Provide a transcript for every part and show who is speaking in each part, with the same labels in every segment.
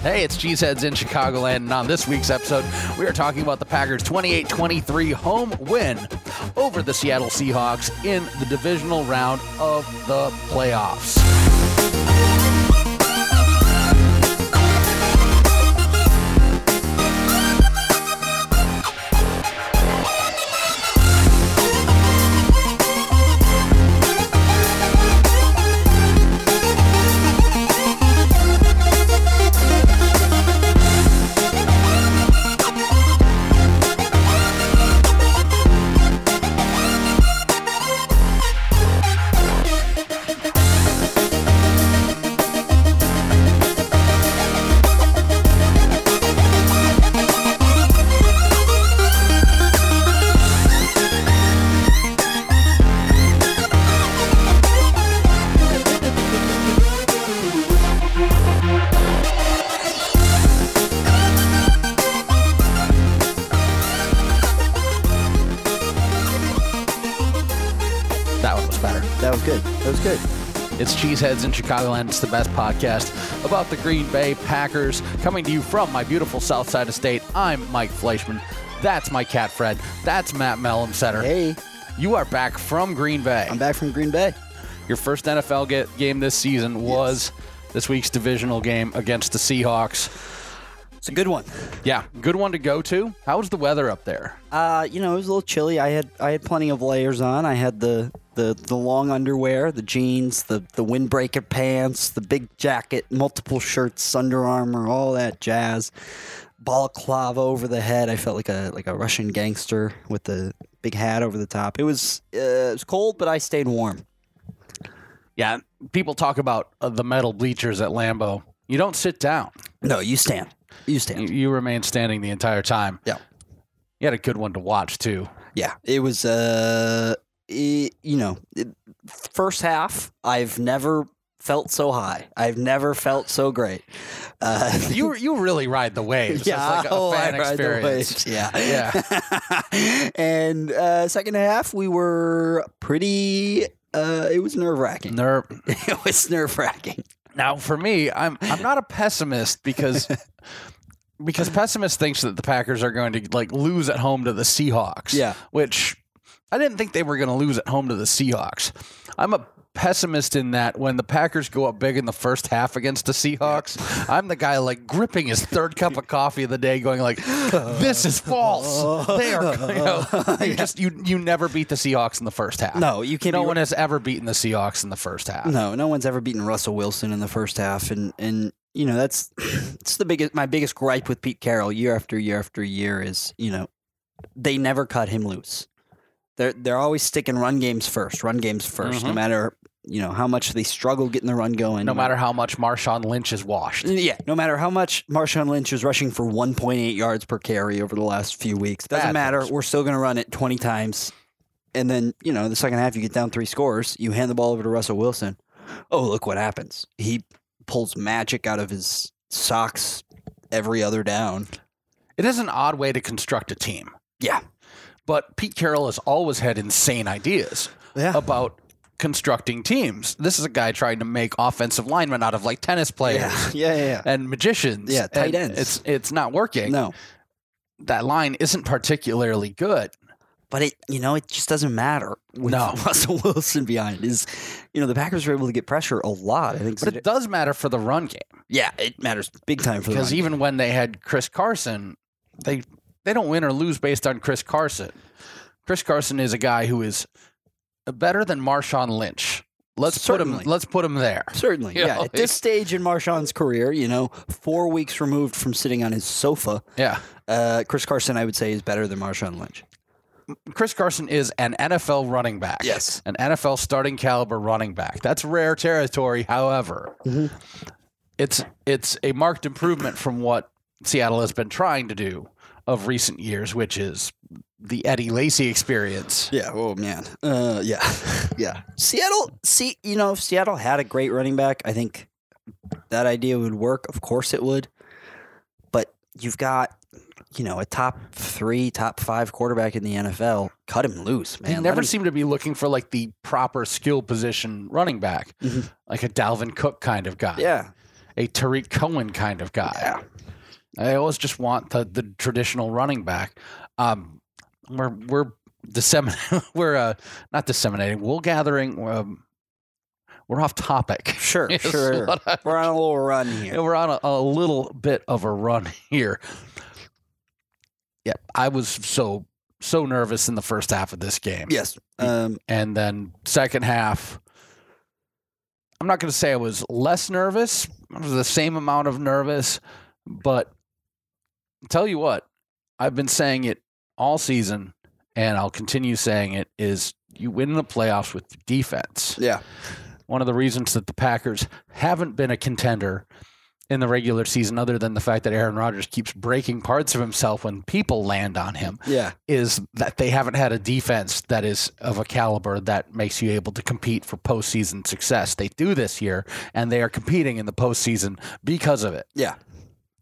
Speaker 1: Hey, it's Cheeseheads in Chicagoland, and on this week's episode, we are talking about the Packers' 28 23 home win over the Seattle Seahawks in the divisional round of the playoffs. That one was better.
Speaker 2: That was good. That was good.
Speaker 1: It's Cheeseheads in Chicagoland. It's the best podcast about the Green Bay Packers. Coming to you from my beautiful south side of state, I'm Mike Fleischman. That's my cat Fred. That's Matt Mellum Setter.
Speaker 2: Hey,
Speaker 1: You are back from Green Bay.
Speaker 2: I'm back from Green Bay.
Speaker 1: Your first NFL get, game this season was this week's divisional game against the Seahawks.
Speaker 2: It's a good one.
Speaker 1: Yeah, good one to go to. How was the weather up there?
Speaker 2: Uh, you know, it was a little chilly. I had I had plenty of layers on. I had the the, the long underwear, the jeans, the the windbreaker pants, the big jacket, multiple shirts, Under Armour, all that jazz. Balaclava over the head. I felt like a like a Russian gangster with the big hat over the top. It was uh, it was cold, but I stayed warm.
Speaker 1: Yeah, people talk about uh, the metal bleachers at Lambeau. You don't sit down.
Speaker 2: No, you stand. You stand.
Speaker 1: You, you remain standing the entire time.
Speaker 2: Yeah.
Speaker 1: You had a good one to watch too.
Speaker 2: Yeah, it was. Uh, it, you know, it, first half, I've never felt so high. I've never felt so great. Uh,
Speaker 1: You you really ride the waves. it's like a
Speaker 2: oh, I
Speaker 1: fan
Speaker 2: ride the
Speaker 1: experience.
Speaker 2: waves, Yeah,
Speaker 1: Yeah.
Speaker 2: and uh, second half, we were pretty. Uh, it was nerve wracking.
Speaker 1: Nerve.
Speaker 2: it was nerve wracking.
Speaker 1: Now, for me, I'm I'm not a pessimist because because pessimist thinks that the Packers are going to like lose at home to the Seahawks.
Speaker 2: Yeah.
Speaker 1: which I didn't think they were going to lose at home to the Seahawks. I'm a pessimist in that when the Packers go up big in the first half against the Seahawks, I'm the guy like gripping his third cup of coffee of the day, going like, "This is false. They are." You, know, you just you you never beat the Seahawks in the first half.
Speaker 2: No, you can't
Speaker 1: No
Speaker 2: be-
Speaker 1: one has ever beaten the Seahawks in the first half.
Speaker 2: No, no one's ever beaten Russell Wilson in the first half, and and you know that's it's the biggest my biggest gripe with Pete Carroll year after year after year is you know they never cut him loose. They're they're always sticking run games first, run games 1st no
Speaker 1: Mhm.
Speaker 2: matter you know how much they struggle getting the run going.
Speaker 1: No matter how much Marshawn Lynch is washed.
Speaker 2: yeah, no matter how much Marshawn Lynch is rushing for 1.8 yards per carry over the last few weeks, doesn't
Speaker 1: Bad
Speaker 2: matter.
Speaker 1: things.
Speaker 2: We're still going to run it 20 times, and then you know the second half you get down three scores, you hand the ball over to Russell Wilson. Oh, look what happens! He pulls magic out of his socks every other down.
Speaker 1: It is an odd way to construct a team,
Speaker 2: Yeah,
Speaker 1: but Pete Carroll has always had insane ideas
Speaker 2: yeah,
Speaker 1: about constructing teams. This is a guy trying to make offensive linemen out of like tennis players
Speaker 2: yeah, yeah, yeah.
Speaker 1: and magicians.
Speaker 2: Yeah, tight
Speaker 1: and
Speaker 2: ends.
Speaker 1: It's it's not working.
Speaker 2: No,
Speaker 1: That line isn't particularly good.
Speaker 2: but it you know it just doesn't matter with
Speaker 1: No.
Speaker 2: Russell Wilson behind. Is you know the Packers were able to get pressure a lot. I think.
Speaker 1: But it does matter for the run game.
Speaker 2: yeah, it matters big time for the
Speaker 1: Because
Speaker 2: run.
Speaker 1: even when they had Chris Carson, they they don't win or lose based on Chris Carson. Chris Carson is a guy who is better than Marshawn Lynch. Let's put
Speaker 2: Certainly.
Speaker 1: him let's put him there.
Speaker 2: Certainly,
Speaker 1: You
Speaker 2: yeah.
Speaker 1: know,
Speaker 2: At this stage in Marshawn's career, you know, four weeks removed from sitting on his sofa,
Speaker 1: Yeah.
Speaker 2: uh, Chris Carson, I would say, is better than Marshawn Lynch.
Speaker 1: Chris Carson is an NFL running back.
Speaker 2: Yes.
Speaker 1: An NFL starting caliber running back. That's rare territory, however.
Speaker 2: Mhm.
Speaker 1: It's it's a marked improvement from what Seattle has been trying to do of recent years, which is the Eddie Lacy experience.
Speaker 2: Yeah. Oh man. Uh, yeah. yeah. Seattle. See, you know, if Seattle had a great running back, I think that idea would work. Of course, it would. But you've got, you know, a top three, top five quarterback in the NFL. Cut him loose, man.
Speaker 1: They
Speaker 2: Let
Speaker 1: never
Speaker 2: him-
Speaker 1: seem to be looking for like the proper skill position running back,
Speaker 2: Mhm.
Speaker 1: like a Dalvin Cook kind of guy.
Speaker 2: Yeah.
Speaker 1: a Tariq Cohen kind of guy. I always just want the, the traditional running back. Um, we're we're disseminating. we're uh, not disseminating. We're gathering. Um, we're off topic.
Speaker 2: Sure,
Speaker 1: Yes,
Speaker 2: sure.
Speaker 1: what I-
Speaker 2: We're on a little run
Speaker 1: Yeah,
Speaker 2: here.
Speaker 1: we're on a, a little bit of a run here. Yeah, I was so so nervous in the first half of this game,
Speaker 2: Yes. Um,
Speaker 1: and then second half. I'm not going to say I was less nervous. I was the same amount of nervous, but tell you what, I've been saying it all season, and I'll continue saying it: is you win the playoffs with defense
Speaker 2: yeah.
Speaker 1: one of the reasons that the Packers haven't been a contender in the regular season, other than the fact that Aaron Rodgers keeps breaking parts of himself when people land on him,
Speaker 2: Yeah.
Speaker 1: is that they haven't had a defense that is of a caliber that makes you able to compete for postseason success. They do this year, and they are competing in the postseason because of it.
Speaker 2: Yeah.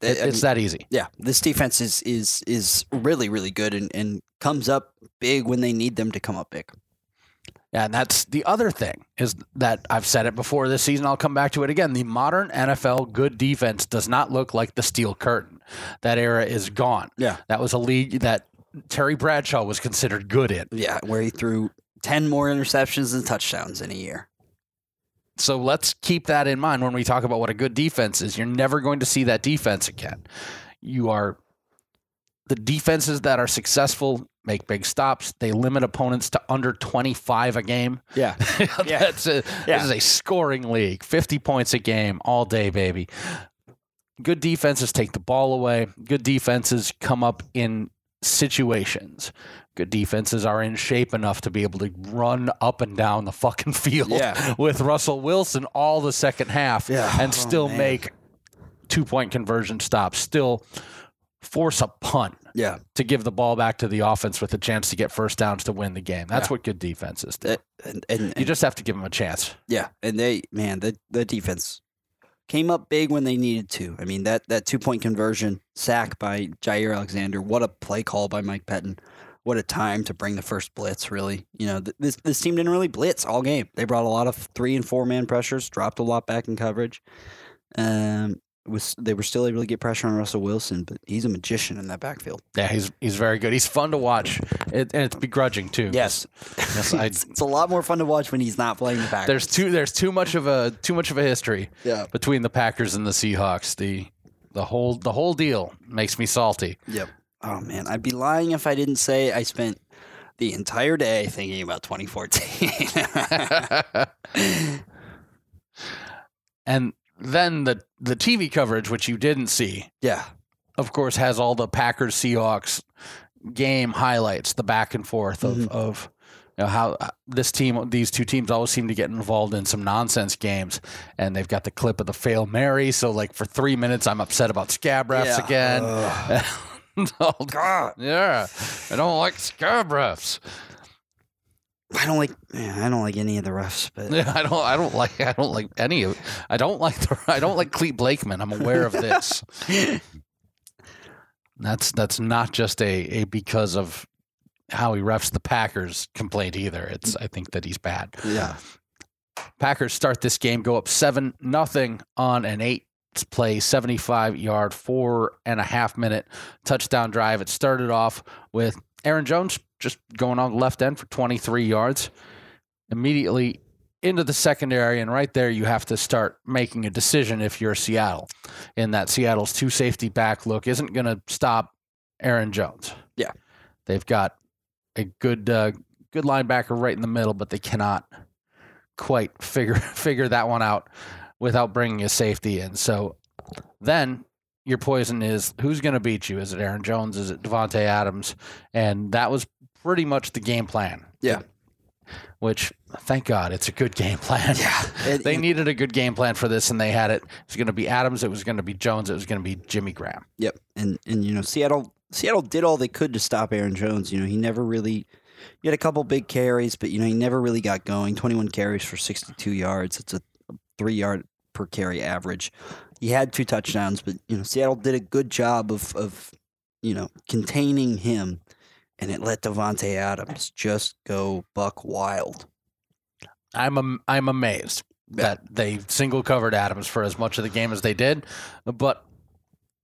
Speaker 1: It-
Speaker 2: I
Speaker 1: it's that easy.
Speaker 2: Yeah, this defense is is is really really good and and comes up big when they need them to come up big.
Speaker 1: And that's the other thing is that I've said it before this season. I'll come back to it again. The modern NFL good defense does not look like the steel curtain. That era is gone.
Speaker 2: Yeah.
Speaker 1: That was a league that Terry Bradshaw was considered good in.
Speaker 2: Yeah, where he threw 10 more interceptions and touchdowns in a year.
Speaker 1: So let's keep that in mind when we talk about what a good defense is. You're never going to see that defense again. You are the defenses that are successful make big stops. They limit opponents to under 25 a game.
Speaker 2: Yeah.
Speaker 1: That's a,
Speaker 2: Yeah.
Speaker 1: This is a scoring league. 50 points a game all day, baby. Good defenses take the ball away. Good defenses come up in situations. Good defenses are in shape enough to be able to run up and down the fucking field
Speaker 2: Yeah.
Speaker 1: with Russell Wilson all the second half
Speaker 2: Yeah.
Speaker 1: and
Speaker 2: Oh,
Speaker 1: still
Speaker 2: man.
Speaker 1: make two point conversion stops, still force a punt
Speaker 2: Yeah.
Speaker 1: to give the ball back to the offense with a chance to get first downs to win the game. That's
Speaker 2: Yeah.
Speaker 1: what good defenses do.
Speaker 2: That, and, and,
Speaker 1: You
Speaker 2: and-
Speaker 1: just have to give them a chance.
Speaker 2: yeah, and they man, the the defense came up big when they needed to. I mean, that that two-point conversion sack by Jair Alexander, what a play call by Mike Pettin. What a time to bring the first blitz, really. You know, th- this this team didn't really blitz all game. They brought a lot of three and four man pressures, dropped a lot back in coverage. Um was they were still able to get pressure on Russell Wilson, but he's a magician in that backfield.
Speaker 1: Yeah, he's he's very good. He's fun to watch, it, and it's begrudging too.
Speaker 2: Yes,
Speaker 1: Yes, I-
Speaker 2: it's, it's a lot more fun to watch when he's not playing the Packers.
Speaker 1: there's too there's too much of a too much of a history
Speaker 2: yeah,
Speaker 1: between the Packers and the Seahawks. The the whole the whole deal makes me salty.
Speaker 2: yep. Oh man, I'd be lying if I didn't say I spent the entire day thinking about 2014.
Speaker 1: and then the the TV coverage, which you didn't see,
Speaker 2: yeah,
Speaker 1: of course, has all the Packers Seahawks game highlights, the back and forth of
Speaker 2: Mhm.
Speaker 1: of you know, how uh, this team, these two teams, always seem to get involved in some nonsense games, and they've got the clip of the fail Mary. So, like for three minutes, I'm upset about scab refs
Speaker 2: Yeah.
Speaker 1: again.
Speaker 2: Ugh.
Speaker 1: Oh,
Speaker 2: God,
Speaker 1: yeah, I don't like scab refs.
Speaker 2: I don't like. Man, I don't like any of the refs, but
Speaker 1: Yeah, I don't. I don't like. I don't like any of. I don't like. The, I don't like Cleet Blakeman. I'm aware of this. that's that's not just a, a because of how he refs the Packers complaint either. It's I think that he's bad.
Speaker 2: yeah,
Speaker 1: Packers start this game, go up seven nothing on an eight play, seventy five yard, four and a half minute touchdown drive. It started off with Aaron Jones just going on the left end for twenty three yards. Immediately into the secondary, and right there you have to start making a decision if you're Seattle. In that Seattle's two safety back look isn't gonna stop Aaron Jones.
Speaker 2: Yeah.
Speaker 1: They've got a good uh, good linebacker right in the middle, but they cannot quite figure figure that one out without bringing a safety in. So then your poison is who's going to beat you? Is it Aaron Jones? Is it Devonte Adams? And that was pretty much the game plan.
Speaker 2: Yeah.
Speaker 1: Which thank God it's a good game plan.
Speaker 2: yeah. And-
Speaker 1: They
Speaker 2: and-
Speaker 1: needed a good game plan for this, and they had it. It was going to be Adams. It was going to be Jones. It was going to be Jimmy Graham.
Speaker 2: Yep. And and you know, Seattle Seattle did all they could to stop Aaron Jones. You know, he never really he had a couple big carries, but you know, he never really got going. Twenty one carries for sixty two yards. It's a three yard per carry average. He had two touchdowns, but you know, Seattle did a good job of of you know, containing him and it let Devontae Adams just go buck wild.
Speaker 1: I'm am, I'm amazed. that they single covered Adams for as much of the game as they did. But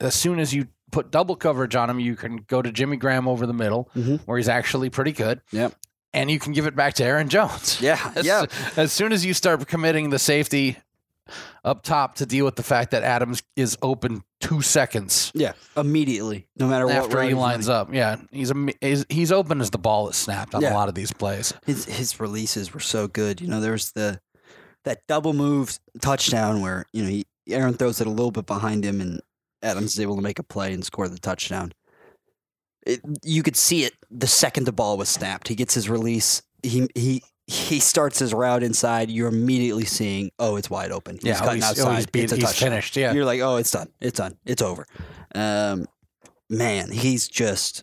Speaker 1: as soon as you put double coverage on him, you can go to Jimmy Graham over the middle,
Speaker 2: Mhm.
Speaker 1: where he's actually pretty good.
Speaker 2: Yep.
Speaker 1: And you can give it back to Aaron Jones.
Speaker 2: Yeah.
Speaker 1: As,
Speaker 2: Yeah.
Speaker 1: as soon as you start committing the safety up top to deal with the fact that Adams is open two seconds
Speaker 2: Yeah. Immediately, no matter what.
Speaker 1: after
Speaker 2: route
Speaker 1: he
Speaker 2: he's
Speaker 1: lines up, yeah, he's, am- he's he's open as the ball is snapped on
Speaker 2: Yeah.
Speaker 1: a lot of these plays.
Speaker 2: his his releases were so good. You know, there's the that double move touchdown where you know he, Aaron throws it a little bit behind him, and Adams is able to make a play and score the touchdown. It, you could see it the second the ball was snapped. He gets his release. He he. He starts his route inside. You're immediately seeing, oh, it's wide open. He's
Speaker 1: yeah, oh,
Speaker 2: gotten
Speaker 1: he's, oh,
Speaker 2: outside.
Speaker 1: he's, beat-
Speaker 2: it's a
Speaker 1: he's
Speaker 2: touchdown
Speaker 1: finished. Yeah,
Speaker 2: you're like, oh, it's done, it's done, it's over. Um, man, he's just,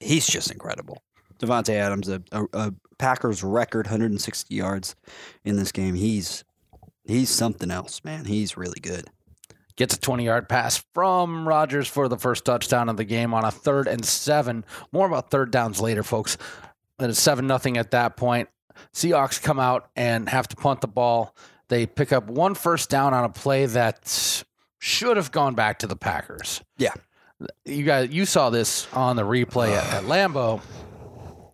Speaker 2: he's just incredible. Devonte Adams, a, a, a Packers record 160 yards in this game. He's he's something else, man. He's really good.
Speaker 1: gets a 20 yard pass from Rodgers for the first touchdown of the game on a third and seven. More about third downs later, folks. And it's seven nothing at that point. Seahawks come out and have to punt the ball. They pick up one first down on a play that should have gone back to the Packers.
Speaker 2: Yeah.
Speaker 1: You guys, you saw this on the replay at, at Lambeau.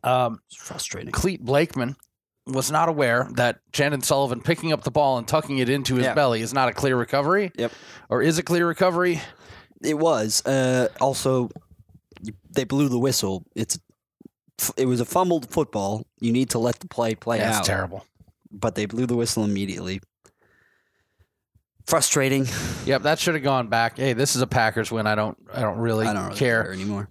Speaker 1: Um,
Speaker 2: It's frustrating.
Speaker 1: Cleet Blakeman was not aware that Shannon Sullivan picking up the ball and tucking it into his
Speaker 2: Yeah.
Speaker 1: belly is not a clear recovery.
Speaker 2: Yep.
Speaker 1: Or is a clear recovery.
Speaker 2: It was uh, also they blew the whistle. It's it was a fumbled football. You need to let the play play
Speaker 1: That's
Speaker 2: out.
Speaker 1: terrible.
Speaker 2: But they blew the whistle immediately. Frustrating.
Speaker 1: Yep, that should have gone back. Hey, this is a Packers win. I don't I don't really,
Speaker 2: I don't really
Speaker 1: care.
Speaker 2: care anymore.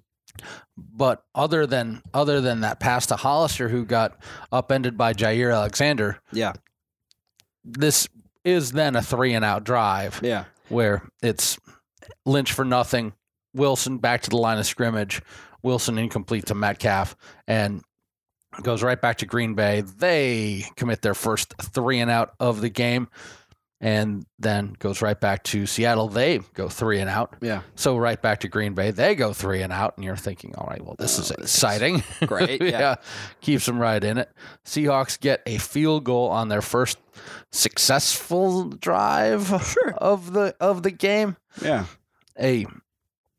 Speaker 1: But other than other than that pass to Hollister who got upended by Jair Alexander,
Speaker 2: Yeah.
Speaker 1: this is then a three and out drive
Speaker 2: Yeah.
Speaker 1: where it's Lynch for nothing, Wilson back to the line of scrimmage, Wilson incomplete to Metcalf, and goes right back to Green Bay. They commit their first three and out of the game, and then goes right back to Seattle. They go three and out.
Speaker 2: Yeah.
Speaker 1: So right back to Green Bay. They go three and out, and you're thinking, all right, well, this
Speaker 2: Oh,
Speaker 1: is
Speaker 2: this is-
Speaker 1: exciting.
Speaker 2: Great. Yeah.
Speaker 1: Keeps them right in it. Seahawks get a field goal on their first successful drive
Speaker 2: Sure.
Speaker 1: of the of the game.
Speaker 2: Yeah.
Speaker 1: A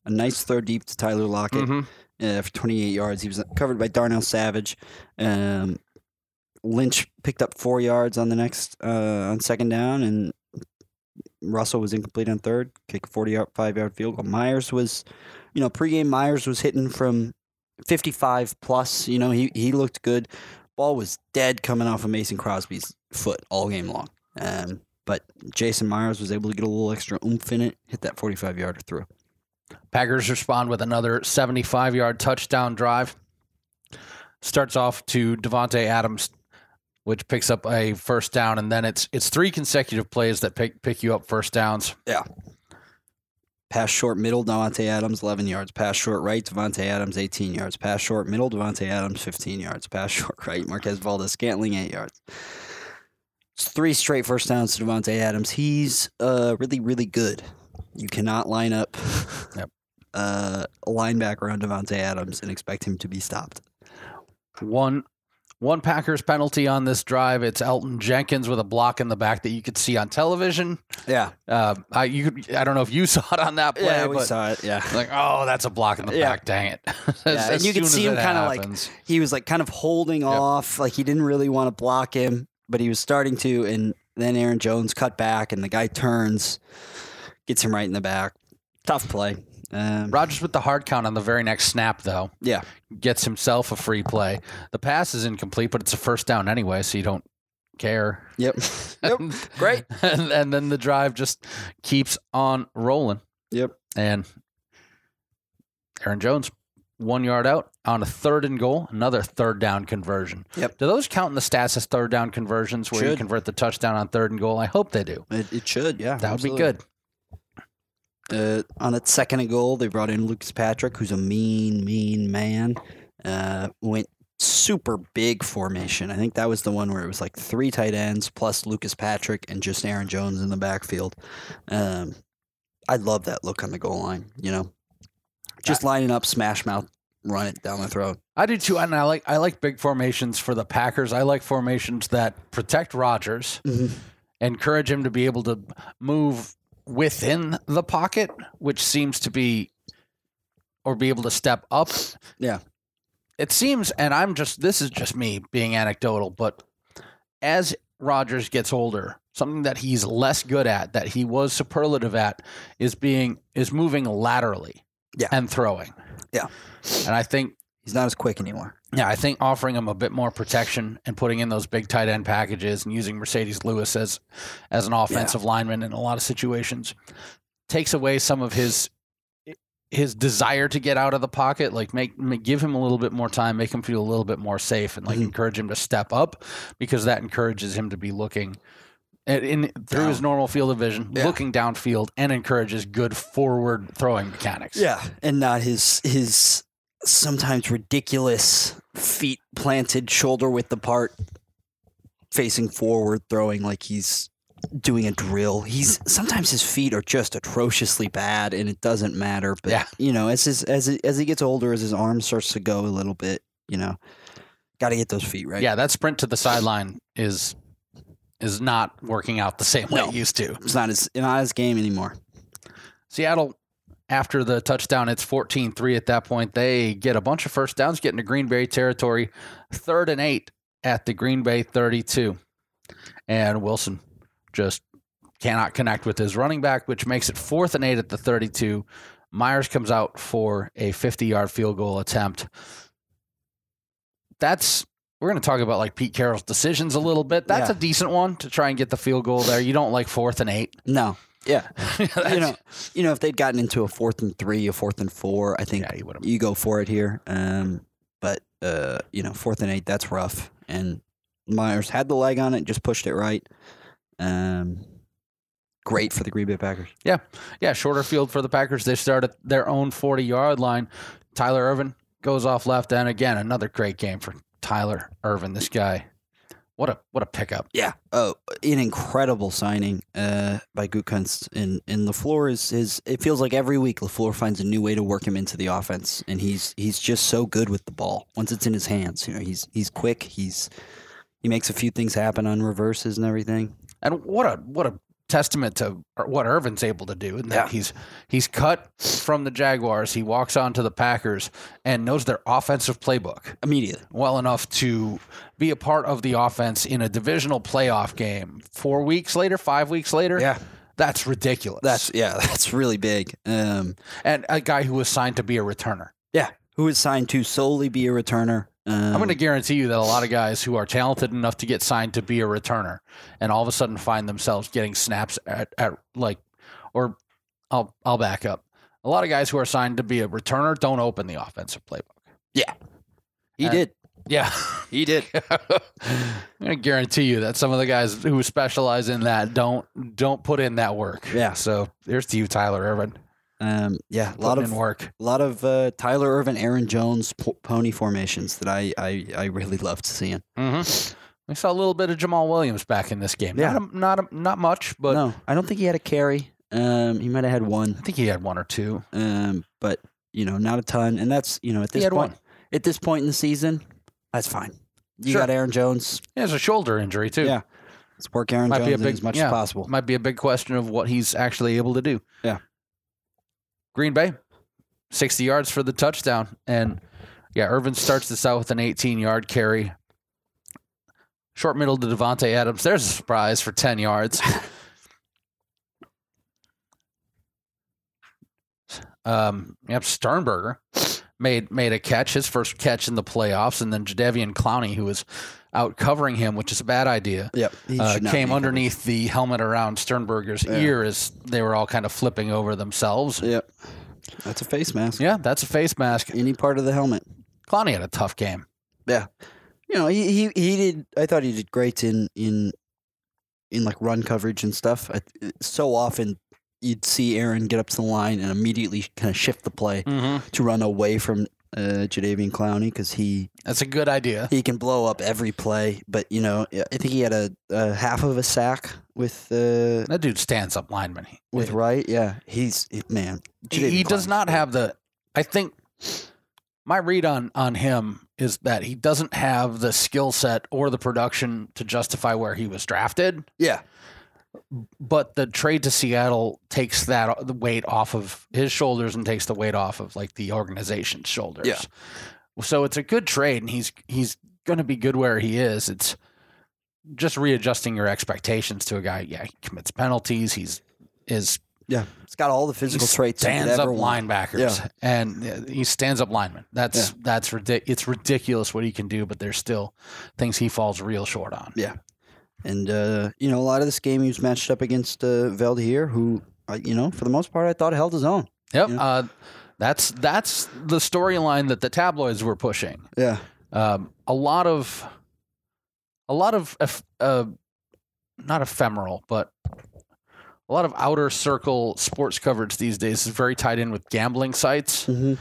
Speaker 2: A nice throw deep to Tyler Lockett
Speaker 1: mhm.
Speaker 2: uh, for 28 yards. He was covered by Darnell Savage. Um, Lynch picked up four yards on the next uh, on second down, and Russell was incomplete on third. Kick a 45 yard field goal. Myers was, you know, pregame Myers was hitting from 55 plus. You know, he he looked good. Ball was dead coming off of Mason Crosby's foot all game long. Um, but Jason Myers was able to get a little extra oomph in it, hit that 45 yarder through.
Speaker 1: Packers respond with another 75 yard touchdown drive. Starts off to Devonte Adams, which picks up a first down, and then it's it's three consecutive plays that pick pick you up first downs.
Speaker 2: Pass short middle, Devontae Adams, 11 yards. Pass short right, Devontae Adams, 18 yards. Pass short middle, Devontae Adams, 15 yards. Pass short right, Marquez Valdez Scantling, 8 yards. It's three straight first downs to Devontae Adams. He's uh, really, really good. You cannot line up
Speaker 1: Yep.
Speaker 2: uh, a linebacker on Devontae Adams and expect him to be stopped.
Speaker 1: One one Packers penalty on this drive. It's Elton Jenkins with a block in the back that you could see on television.
Speaker 2: Yeah.
Speaker 1: Uh, I you could, I don't know if you saw it on that play,
Speaker 2: Yeah, we
Speaker 1: but
Speaker 2: saw it. Yeah.
Speaker 1: like oh, that's a block in the
Speaker 2: Yeah.
Speaker 1: back. Dang it!
Speaker 2: Yeah, and you could see him kinda like- he was like kind of holding off, like he didn't really want to block him, but he was starting to. And then Aaron Jones cut back, and the guy turns, gets him right in the back. Tough play. Um,
Speaker 1: Rogers with the hard count on the very next snap, though.
Speaker 2: Yeah.
Speaker 1: Gets himself a free play. The pass is incomplete, but it's a first down anyway, so you don't care.
Speaker 2: Yep. Yep. Great.
Speaker 1: and, and then the drive just keeps on rolling.
Speaker 2: Yep.
Speaker 1: And Aaron Jones, one yard out on a third and goal, another third down conversion.
Speaker 2: Yep.
Speaker 1: Do those count in the stats as third down conversions where you
Speaker 2: Should.
Speaker 1: convert the touchdown on third and goal? I hope they do.
Speaker 2: It, it should. Yeah.
Speaker 1: That would be good.
Speaker 2: Uh, on that second and goal, they brought in Lucas Patrick, who's a mean, mean man. Uh, went super big formation. I think that was the one where it was like three tight ends plus Lucas Patrick and just Aaron Jones in the backfield. Um, I love that look on the goal line. You know, just lining up, smash mouth, run it down the throat.
Speaker 1: I do too, and I
Speaker 2: Mm-hmm.
Speaker 1: like I like big formations for the Packers. I like formations that protect Rodgers encourage him to be able to move within the pocket, which seems to be, or be able to step up.
Speaker 2: Yeah.
Speaker 1: It seems, and I'm just, this is just me being anecdotal, but as Rodgers gets older, something that he's less good at, that he was superlative at, is being, is moving laterally
Speaker 2: Yeah.
Speaker 1: and throwing.
Speaker 2: Yeah.
Speaker 1: And I think
Speaker 2: He's not as quick anymore.
Speaker 1: yeah, I think offering him a bit more protection and putting in those big tight end packages and using Mercedes Lewis as as an offensive lineman in a lot of situations takes away some of his his desire to get out of the pocket. Like make, make give him a little bit more time, make him feel a little bit more safe, and like
Speaker 2: Mhm.
Speaker 1: encourage him to step up because that encourages him to be looking at, in through his normal field of vision,
Speaker 2: Yeah.
Speaker 1: looking downfield, and encourages good forward throwing mechanics.
Speaker 2: Yeah, and not his his sometimes ridiculous feet planted, shoulder width apart, facing forward, throwing like he's doing a drill. He's sometimes his feet are just atrociously bad, and it doesn't matter. But
Speaker 1: Yeah.
Speaker 2: you know, as his as he, as he gets older, as his arm starts to go a little bit, you know, got to get those feet right.
Speaker 1: Yeah, that sprint to the sideline is is not working out the same way
Speaker 2: No.
Speaker 1: it used to.
Speaker 2: it's not his not his game anymore.
Speaker 1: Seattle after the touchdown, it's 14-3 at that point. They get a bunch of first downs, get into Green Bay territory, third and eight at the Green Bay 32. And Wilson just cannot connect with his running back, which makes it fourth and eight at the 32. Myers comes out for a 50-yard field goal attempt. That's we're going to talk about like Pete Carroll's decisions a little bit. That's
Speaker 2: Yeah.
Speaker 1: a decent one to try and get the field goal there. You don't like fourth and eight.
Speaker 2: No, yeah,
Speaker 1: That's-
Speaker 2: you know, you know, if they'd gotten into a fourth and three, a fourth and four, I think
Speaker 1: yeah, you would have
Speaker 2: you go for it here. Um, but uh, you know, fourth and eight, that's rough. And Myers had the leg on it, just pushed it right. Um, great for the Green Bay Packers.
Speaker 1: Yeah, shorter field for the Packers. They start at their own 40 yard line. Tyler Irvin goes off left and again another great game for Tyler Irvin. This guy, what a what a pickup.
Speaker 2: Yeah. Oh, an incredible signing uh, by Gutkunst. And and Lafleur is is. It feels like every week Lafleur finds a new way to work him into the offense, and he's he's just so good with the ball once it's in his hands. You know, he's he's quick. He's he makes a few things happen on reverses and everything.
Speaker 1: And what a what a testament to er, what Irvin's able to do. And that
Speaker 2: Yeah.
Speaker 1: he's he's cut from the Jaguars. He walks on to the Packers and knows their offensive playbook
Speaker 2: Immediately.
Speaker 1: well enough to be a part of the offense in a divisional playoff game. 4 weeks later, 5 weeks later. That's ridiculous.
Speaker 2: That's yeah, that's really big. Um,
Speaker 1: and a guy who was signed to be a returner.
Speaker 2: who is signed to solely be a returner? Um,
Speaker 1: I'm going to guarantee you that a lot of guys who are talented enough to get signed to be a returner and all of a sudden find themselves getting snaps at, at like, or I'll, I'll back up. A lot of guys who are signed to be a returner don't open the offensive playbook.
Speaker 2: He
Speaker 1: uh,
Speaker 2: did.
Speaker 1: Yeah.
Speaker 2: He did.
Speaker 1: I guarantee you that some of the guys who specialize in that don't don't put in that work.
Speaker 2: Yeah.
Speaker 1: So there's to you, Tyler Irvin.
Speaker 2: Um, yeah, a lot
Speaker 1: Putting
Speaker 2: of
Speaker 1: in work.
Speaker 2: lot of uh, Tyler Irvin, Aaron Jones po- pony formations that I, I I really loved seeing.
Speaker 1: Mm-hmm. We saw a little bit of Jamal Williams back in this game.
Speaker 2: Yeah.
Speaker 1: Not a, not a, not much, but
Speaker 2: no, I don't think he had a carry. Um, he might have had one.
Speaker 1: I think he had one or two.
Speaker 2: Um, but you know, not a ton. And that's you know at
Speaker 1: He
Speaker 2: this
Speaker 1: had
Speaker 2: point
Speaker 1: one.
Speaker 2: at this point in the season, that's fine. You
Speaker 1: Sure.
Speaker 2: got Aaron Jones.
Speaker 1: He has a shoulder injury too.
Speaker 2: Yeah. Let's work Aaron
Speaker 1: Might be
Speaker 2: Jones
Speaker 1: a
Speaker 2: in
Speaker 1: big-
Speaker 2: as much
Speaker 1: yeah.
Speaker 2: as possible.
Speaker 1: Might be a big question of what he's actually able to do.
Speaker 2: Yeah.
Speaker 1: Green Bay, 60 yards for the touchdown. And yeah, Irvin starts this out with an 18 yard carry. Short middle to Devontae Adams. There's a surprise for 10 yards. um, yep, Sternberger made made a catch, his first catch in the playoffs, and then Jadevian Clowney, who was out covering him, which is a bad idea
Speaker 2: Yep, he
Speaker 1: uh,
Speaker 2: should not
Speaker 1: came
Speaker 2: be-
Speaker 1: underneath the helmet around Sternberger's
Speaker 2: Yeah.
Speaker 1: ear as they were all kind of flipping over themselves.
Speaker 2: Yep, that's a face mask.
Speaker 1: Yeah, that's a face mask.
Speaker 2: Any part of the helmet.
Speaker 1: Clowney had a tough game.
Speaker 2: you know, he, he he did. I thought he did great in in in like run coverage and stuff. I, so often you'd see Aaron get up to the line and immediately kind of shift the play
Speaker 1: Mm-hmm.
Speaker 2: to run away from uh, Jadavian Clowney because he
Speaker 1: That's a good idea.
Speaker 2: he can blow up every play. But you know, I think he had a, a half of a sack with uh,
Speaker 1: That dude stands up lineman. He-
Speaker 2: with right. Yeah, he's man.
Speaker 1: he, he
Speaker 2: Jadeveon
Speaker 1: does
Speaker 2: Clowney's
Speaker 1: not
Speaker 2: great.
Speaker 1: have the. I think my read on on him is that he doesn't have the skill set or the production to justify where he was drafted.
Speaker 2: Yeah,
Speaker 1: But the trade to Seattle takes that o- the weight off of his shoulders and takes the weight off of like the organization's shoulders.
Speaker 3: Yeah.
Speaker 1: So it's a good trade, and he's he's going to be good where he is. It's just readjusting your expectations to a guy. Yeah, he commits penalties. He's is
Speaker 2: Yeah, it's got all the physical
Speaker 1: He
Speaker 2: traits. you could
Speaker 1: stands up
Speaker 2: ever want.
Speaker 1: linebackers, and uh, he stands up lineman. That's that's ridic- It's ridiculous what he can do, but there's still things he falls real short on.
Speaker 2: And uh, you know, a lot of this game he was matched up against uh, Valdeir, who uh, you know, for the most part, I thought held his own.
Speaker 1: Yep.
Speaker 2: Yeah.
Speaker 1: Uh, that's that's the storyline that the tabloids were pushing.
Speaker 2: Yeah,
Speaker 1: Um, a lot of, a lot of, eph- uh, not ephemeral, but a lot of outer circle sports coverage these days is very tied in with gambling sites,
Speaker 2: hmm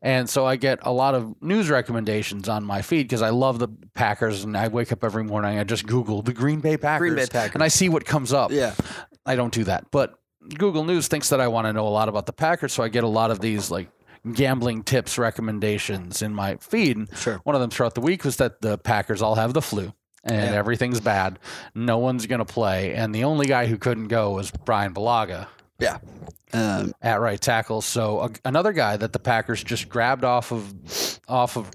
Speaker 1: and so I get a lot of news recommendations on my feed because I love the Packers, and I wake up every morning I just Google the Green Bay Packers,
Speaker 2: Green Bay Packers.
Speaker 1: and I see what comes up.
Speaker 2: yeah,
Speaker 1: I don't do that. But Google News thinks that I want to know a lot about the Packers, so I get a lot of these like gambling tips recommendations in my feed. And
Speaker 2: sure.
Speaker 1: One of them throughout the week was that the Packers all have the flu and
Speaker 2: Yeah.
Speaker 1: everything's bad. No one's going to play, and the only guy who couldn't go was Brian Balaga
Speaker 2: Um,
Speaker 1: at right tackle. So a, another guy that the Packers just grabbed off of off of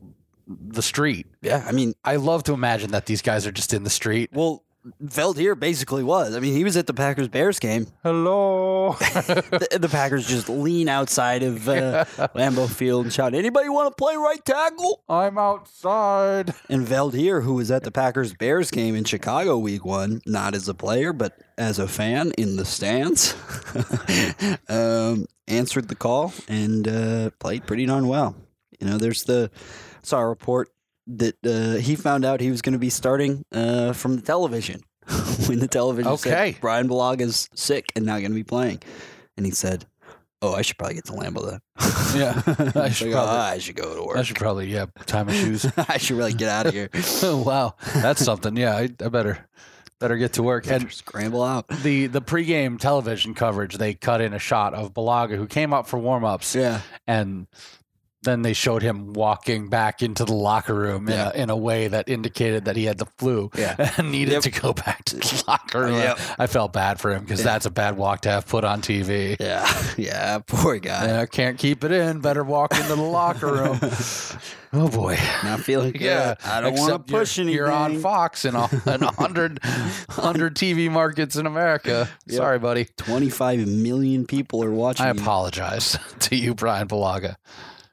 Speaker 1: the street.
Speaker 2: yeah, I mean,
Speaker 1: I love to imagine that these guys are just in the street.
Speaker 2: well, Valdeir basically was. I mean, he was at the Packers Bears game.
Speaker 1: Hello.
Speaker 2: the, the Packers just lean outside of uh, Lambeau Field and shout, "Anybody want to play right tackle?"
Speaker 1: I'm outside.
Speaker 2: And Valdeir, who was at the Packers Bears game in Chicago Week One, not as a player but as a fan in the stands, um, answered the call and uh, played pretty darn well. You know, there's the saw a report that uh, he found out he was going to be starting uh, from the television when the television
Speaker 1: Okay.
Speaker 2: said Brian Balaga's sick and not going to be playing, and he said. Oh, I should probably get to Lambo then.
Speaker 1: Yeah, I
Speaker 2: He's
Speaker 1: should
Speaker 2: like, "Oh,
Speaker 1: probably-
Speaker 2: I should go to work.
Speaker 1: I should probably, yeah, tie my shoes.
Speaker 2: I should really get out of here.
Speaker 1: oh, wow, that's something. Yeah, I, I better better get to work. And
Speaker 2: Scramble out.
Speaker 1: the the pregame television coverage, they cut in a shot of Balaga who came up for warm ups,
Speaker 2: Yeah.
Speaker 1: and then they showed him walking back into the locker room in,
Speaker 2: Yeah.
Speaker 1: a, in a way that indicated that he had the flu
Speaker 2: Yeah.
Speaker 1: and needed
Speaker 2: Yep.
Speaker 1: to go back to the locker room.
Speaker 2: Yep.
Speaker 1: I felt bad for him because
Speaker 2: Yeah.
Speaker 1: that's a bad walk to have put on TV.
Speaker 2: Yeah. Yeah. Poor guy.
Speaker 1: Yeah, can't keep it in. Better walk into the locker room. Oh boy.
Speaker 2: Not feeling good.
Speaker 1: Yeah,
Speaker 2: I don't want
Speaker 1: except
Speaker 2: to push
Speaker 1: you're,
Speaker 2: anything.
Speaker 1: You're on Fox and a and a hundred hundred TV markets in America.
Speaker 2: Yep.
Speaker 1: Sorry, buddy.
Speaker 2: 25 million people are watching.
Speaker 1: I
Speaker 2: you.
Speaker 1: apologize to you, Brian Balaga.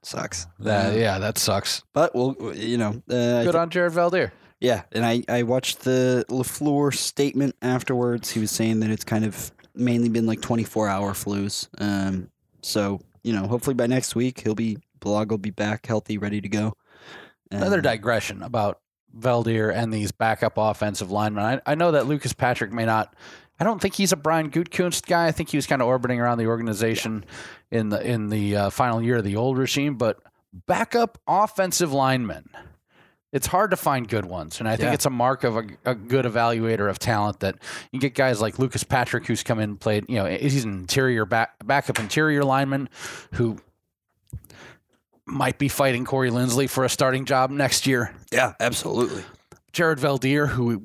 Speaker 2: Sucks.
Speaker 1: That
Speaker 2: Uh,
Speaker 1: yeah, that sucks.
Speaker 2: But we'll, you know, uh, I
Speaker 1: Good
Speaker 2: thi-
Speaker 1: on Jared Valdir.
Speaker 2: yeah. And I, I watched the Lafleur statement afterwards. He was saying that it's kind of mainly been like 24 hour flus. Um, so you know, hopefully by next week he'll be blog will be back healthy, ready to go.
Speaker 1: Another
Speaker 2: Um,
Speaker 1: digression about Valdir and these backup offensive linemen. I, I know that Lucas Patrick may not. I don't think he's a Brian Gutkunst guy. I think he was kind of orbiting around the organization in the in the uh, final year of the old regime. But backup offensive linemen, it's hard to find good ones, and I think
Speaker 2: Yeah.
Speaker 1: it's a mark of a, a good evaluator of talent that you get guys like Lucas Patrick, who's come in and played. You know, he's an interior back backup interior lineman who might be fighting Corey Lindsley for a starting job next year.
Speaker 2: Yeah, absolutely.
Speaker 1: Jared Valdir, who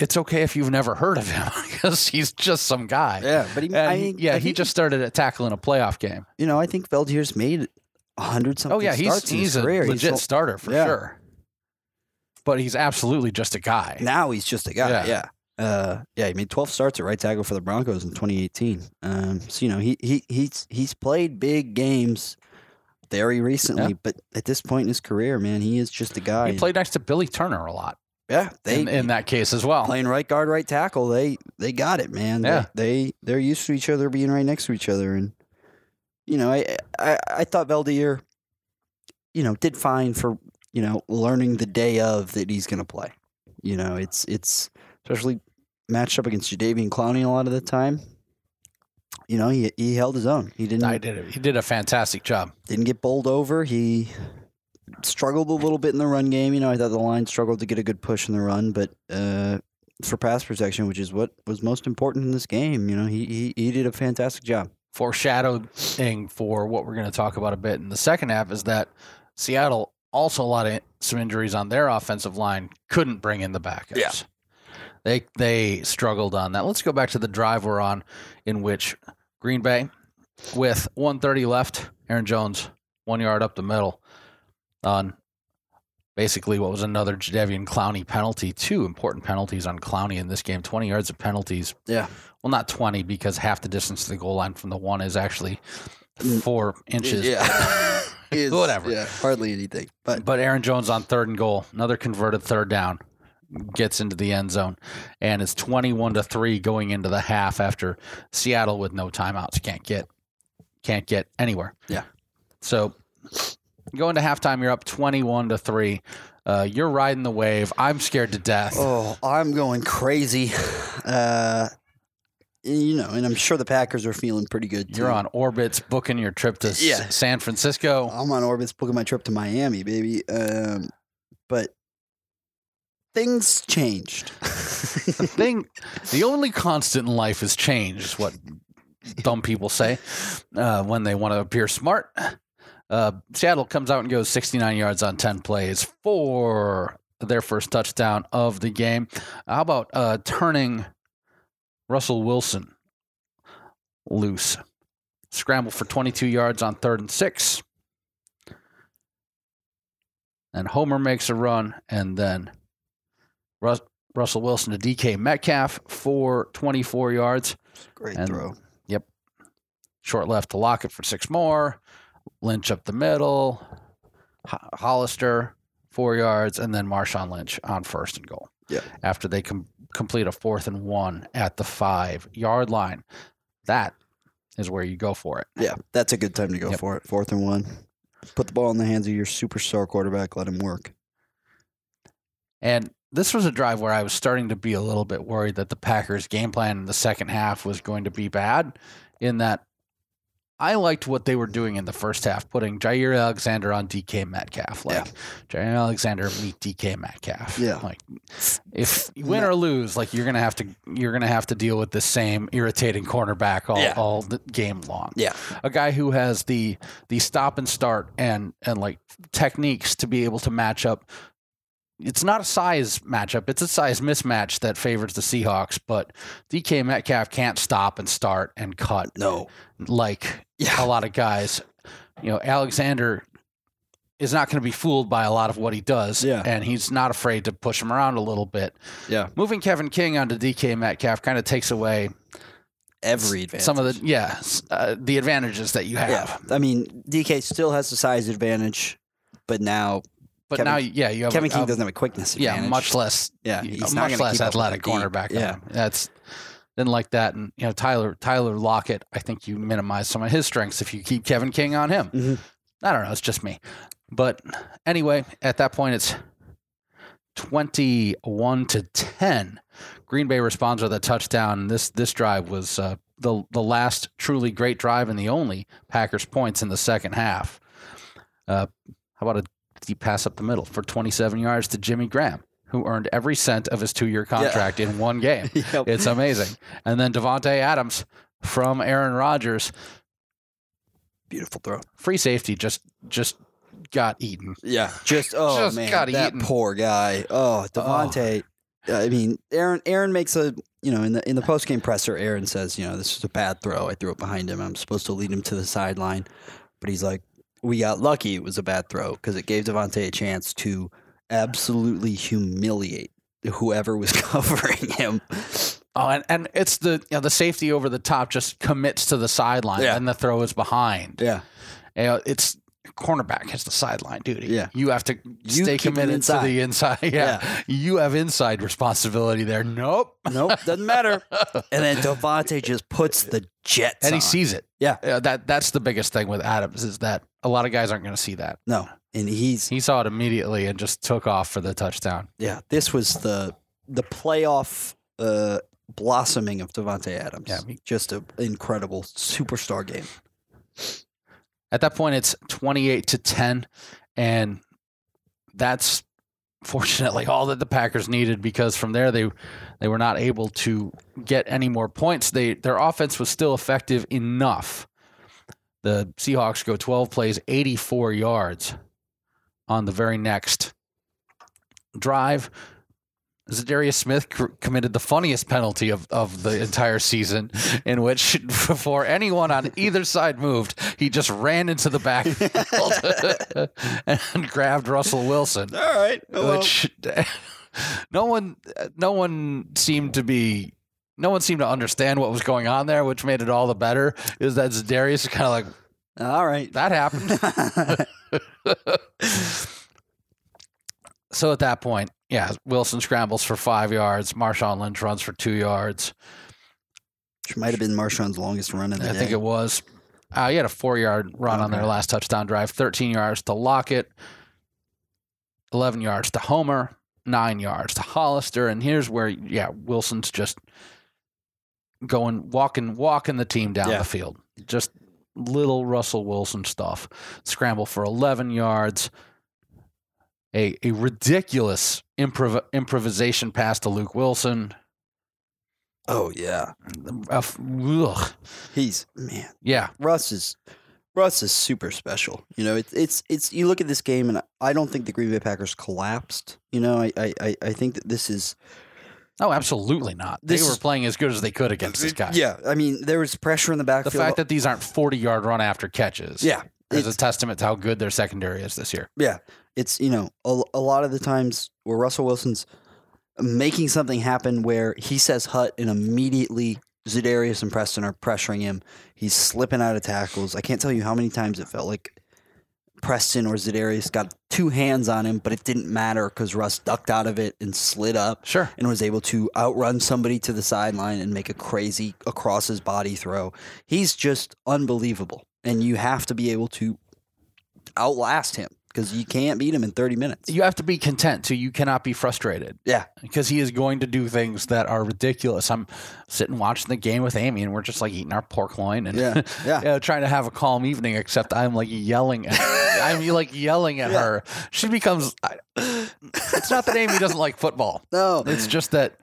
Speaker 1: it's okay if you've never heard of him because he's just some guy.
Speaker 2: Yeah, but he,
Speaker 1: And
Speaker 2: I
Speaker 1: he-
Speaker 2: mean,
Speaker 1: yeah,
Speaker 2: I
Speaker 1: he
Speaker 2: think-
Speaker 1: just started at tackle in a playoff game.
Speaker 2: you know, I think Veldier's made a hundred something.
Speaker 1: Oh yeah, he's
Speaker 2: starts in his
Speaker 1: he's a
Speaker 2: career.
Speaker 1: legit
Speaker 2: He's-
Speaker 1: starter for
Speaker 2: yeah.
Speaker 1: sure. But he's absolutely just a guy.
Speaker 2: now he's just a guy.
Speaker 1: Yeah.
Speaker 2: Yeah. Yeah. Uh, yeah, he made 12 starts at right tackle for the Broncos in 2018. Um, so you know he he he's he's played big games very recently, but at this point in his career, man, he is just a guy.
Speaker 1: he played next to Billy Turner a lot
Speaker 2: yeah, they
Speaker 1: in, in that case as well.
Speaker 2: playing right guard, right tackle. They they got it, man. They-
Speaker 1: Yeah.
Speaker 2: They, they are used to each other being right next to each other, and you know, I I, I thought Valdir, you know, did fine for you know learning the day of that he's going to play. You know, it's it's especially matched up against Jadavian Clowney a lot of the time. You know, he he held his own. He didn't
Speaker 1: I did it. He did a fantastic job.
Speaker 2: didn't get bowled over. He struggled a little bit in the run game. You know, I thought the line struggled to get a good push in the run, but uh, for pass protection, which is what was most important in this game, you know, he he, he did a fantastic job.
Speaker 1: Foreshadowed thing for what we're going to talk about a bit in the second half is that Seattle also a lot of some injuries on their offensive line couldn't bring in the backups. They they struggled on that. Let's go back to the drive we're on, in which Green Bay, with 130 left, Aaron Jones one yard up the middle, on basically what was another Jadevian Clowney penalty. Two important penalties on Clowney in this game. 20 yards of penalties.
Speaker 2: Yeah.
Speaker 1: Well, not 20 because half the distance to the goal line from the one is actually four inches.
Speaker 2: Mm. Yeah. Is-
Speaker 1: Whatever.
Speaker 2: Yeah, hardly anything. But
Speaker 1: But Aaron Jones on third and goal, another converted third down, gets into the end zone, and it's twenty-one to three going into the half after Seattle with no timeouts can't get can't get anywhere.
Speaker 2: Yeah.
Speaker 1: So going to halftime, you're up twenty-one to three. Uh, you're riding the wave. I'm scared to death.
Speaker 2: Oh, I'm going crazy. Uh, you know, and I'm sure the Packers are feeling pretty good. Too.
Speaker 1: You're on orbits, booking your trip to S-
Speaker 2: Yeah.
Speaker 1: San Francisco.
Speaker 2: I'm on orbits, booking my trip to Miami, baby. Um, but things changed.
Speaker 1: the thing, the only constant in life is change, is what dumb people say uh, when they want to appear smart. Uh, Seattle comes out and goes 69 yards on 10 plays for their first touchdown of the game. How about uh, turning Russell Wilson loose? Scramble for 22 yards on third and six. And Homer makes a run, and then Rus- Russell Wilson to DK Metcalf for 24 yards.
Speaker 2: Great
Speaker 1: And-
Speaker 2: throw.
Speaker 1: Short left to Lockett for six more. Lynch up the middle. Ho- Hollister, four yards. And then Marshawn Lynch on first and goal.
Speaker 2: Yeah.
Speaker 1: After they com- complete a fourth and one at the five yard line. That is where you go for it.
Speaker 2: Yeah, that's a good time to go
Speaker 1: Yep.
Speaker 2: for it. Fourth and one. Put the ball in the hands of your superstar quarterback. Let him work.
Speaker 1: And this was a drive where I was starting to be a little bit worried that the Packers' game plan in the second half was going to be bad, in that I liked what they were doing in the first half, putting Jair Alexander on DK Metcalf. Like Jair Alexander meet DK Metcalf.
Speaker 2: Yeah.
Speaker 1: Like if you win or lose, like you're gonna have to you're gonna have to deal with the same irritating cornerback all,
Speaker 2: Yeah.
Speaker 1: all the game long
Speaker 2: Yeah.
Speaker 1: a guy who has the the stop and start and and like techniques to be able to match up. It's not a size matchup; it's a size mismatch that favors the Seahawks. But DK Metcalf can't stop and start and cut
Speaker 2: No.
Speaker 1: like
Speaker 2: Yeah.
Speaker 1: a lot of guys. You know, Alexander is not going to be fooled by a lot of what he does,
Speaker 2: Yeah.
Speaker 1: and he's not afraid to push him around a little bit.
Speaker 2: Yeah.
Speaker 1: moving Kevin King onto DK Metcalf kind of takes away
Speaker 2: Every advantage.
Speaker 1: some of the yeah s- uh, the advantages that you have.
Speaker 2: Yeah. I mean, DK still has the size advantage, but now
Speaker 1: But
Speaker 2: Kevin-
Speaker 1: now, yeah, you have
Speaker 2: Kevin
Speaker 1: a-
Speaker 2: King
Speaker 1: a-
Speaker 2: doesn't have a quickness
Speaker 1: Yeah,
Speaker 2: advantage.
Speaker 1: much less.
Speaker 2: Yeah,
Speaker 1: you know,
Speaker 2: he's not
Speaker 1: much
Speaker 2: gonna
Speaker 1: less
Speaker 2: keep up with
Speaker 1: athletic
Speaker 2: the deep.
Speaker 1: cornerback.
Speaker 2: Yeah.
Speaker 1: Yeah, that's didn't like that. And you know, Tyler Tyler Lockett, I think you minimize some of his strengths if you keep Kevin King on him.
Speaker 2: Mhm.
Speaker 1: I don't know. It's just me. But anyway, at that point, it's twenty-one to ten. Green Bay responds with a touchdown. This this drive was uh, the the last truly great drive and the only Packers points in the second half. Uh, how about a deep pass up the middle for 27 yards to Jimmy Graham, who earned every cent of his two-year contract in one game.
Speaker 2: Yep.
Speaker 1: It's amazing. And then Devontae Adams from Aaron Rodgers,
Speaker 2: Beautiful throw.
Speaker 1: free safety, just just got eaten.
Speaker 2: Yeah. Just oh
Speaker 1: Just
Speaker 2: man,
Speaker 1: got
Speaker 2: that
Speaker 1: eaten.
Speaker 2: poor guy.
Speaker 1: Uh-huh.
Speaker 2: Oh, Devontae. I mean, Aaron. Aaron makes a you know in the in the post game presser. Aaron says, you know, this is a bad throw. I threw it behind him. I'm supposed to lead him to the sideline, but he's like, we got lucky. It was a bad throw because it gave Devontae a chance to absolutely humiliate whoever was covering him.
Speaker 1: Oh, and, and it's the you know, the safety over the top just commits to the sideline,
Speaker 2: Yeah.
Speaker 1: and the throw is behind.
Speaker 2: Yeah.
Speaker 1: You know, it's cornerback has the sideline duty.
Speaker 2: Yeah.
Speaker 1: you have to
Speaker 2: You
Speaker 1: stay
Speaker 2: keep it
Speaker 1: committed to
Speaker 2: inside.
Speaker 1: the inside. Yeah. you have inside responsibility there. Nope,
Speaker 2: Nope. Doesn't matter. and then Devontae just puts the jets.
Speaker 1: and
Speaker 2: on.
Speaker 1: he sees it.
Speaker 2: Yeah.
Speaker 1: Uh, that that's the biggest thing with Adams is that a lot of guys aren't going to see that.
Speaker 2: no, and he's
Speaker 1: He saw it immediately and just took off for the touchdown.
Speaker 2: yeah, this was the the playoff uh, blossoming of Devonte Adams.
Speaker 1: Yeah, me-
Speaker 2: just an incredible superstar game.
Speaker 1: At that point, it's 28 to 10. And that's fortunately all that the Packers needed because from there they they were not able to get any more points. They their offense was still effective enough. The Seahawks go 12 plays, 84 yards on the very next drive. Zadarius Smith cr- committed the funniest penalty of, of the entire season, in which before anyone on either side moved, he just ran into the backfield and grabbed Russell Wilson,
Speaker 2: All right.
Speaker 1: which no one no one seemed to be. No one seemed to understand what was going on there, which made it all the better. Is that Zadarius is kind of like
Speaker 2: All right.
Speaker 1: that happened? So at that point, yeah, Wilson scrambles for five yards. Marshawn Lynch runs for two yards.
Speaker 2: Which might have been Marshawn's longest run of the
Speaker 1: I
Speaker 2: day.
Speaker 1: think it was. Uh, he had a four yard run on their
Speaker 2: Okay.
Speaker 1: last touchdown drive, 13 yards to Lockett, 11 yards to Homer, nine yards to Hollister. And here's where, yeah, Wilson's just going, walking, walking the team down
Speaker 2: Yeah.
Speaker 1: the field. Just little Russell Wilson stuff. Scramble for 11 yards. A, a ridiculous improv- improvisation pass to Luke Wilson.
Speaker 2: oh yeah.
Speaker 1: A f- ugh.
Speaker 2: He's man.
Speaker 1: Yeah,
Speaker 2: Russ is Russ is super special. You know, it's it's it's you look at this game and I don't think the Green Bay Packers collapsed. You know, I I, I- I think that this is
Speaker 1: Oh, absolutely not.
Speaker 2: This
Speaker 1: they were
Speaker 2: is-
Speaker 1: playing as good as they could against this guy.
Speaker 2: Yeah, I mean there was pressure in the
Speaker 1: The
Speaker 2: backfield.
Speaker 1: fact that these aren't 40 yard run after catches
Speaker 2: yeah,
Speaker 1: is
Speaker 2: it's,
Speaker 1: a testament to how good their secondary is this year.
Speaker 2: it's you know a, a lot of the times where Russell Wilson's making something happen where he says hut and immediately Zedarius and Preston are pressuring him. He's slipping out of tackles. I can't tell you how many times it felt like Preston or Zedarius got two hands on him, but it didn't matter because Russ ducked out of it and slid up
Speaker 1: Sure.
Speaker 2: and was able to outrun somebody to the sideline and make a crazy across his body throw. He's just unbelievable. And you have to be able to outlast him because you can't beat him in 30 minutes.
Speaker 1: You have to be content too. You cannot be frustrated.
Speaker 2: Yeah.
Speaker 1: Because he is going to do things that are ridiculous. I'm sitting watching the game with Amy and we're just like eating our pork loin and
Speaker 2: Yeah, yeah.
Speaker 1: you know, trying to have a calm evening, except I'm like yelling at I'm like yelling at
Speaker 2: Yeah.
Speaker 1: her. She becomes I, it's not that Amy doesn't like football.
Speaker 2: No.
Speaker 1: It's just that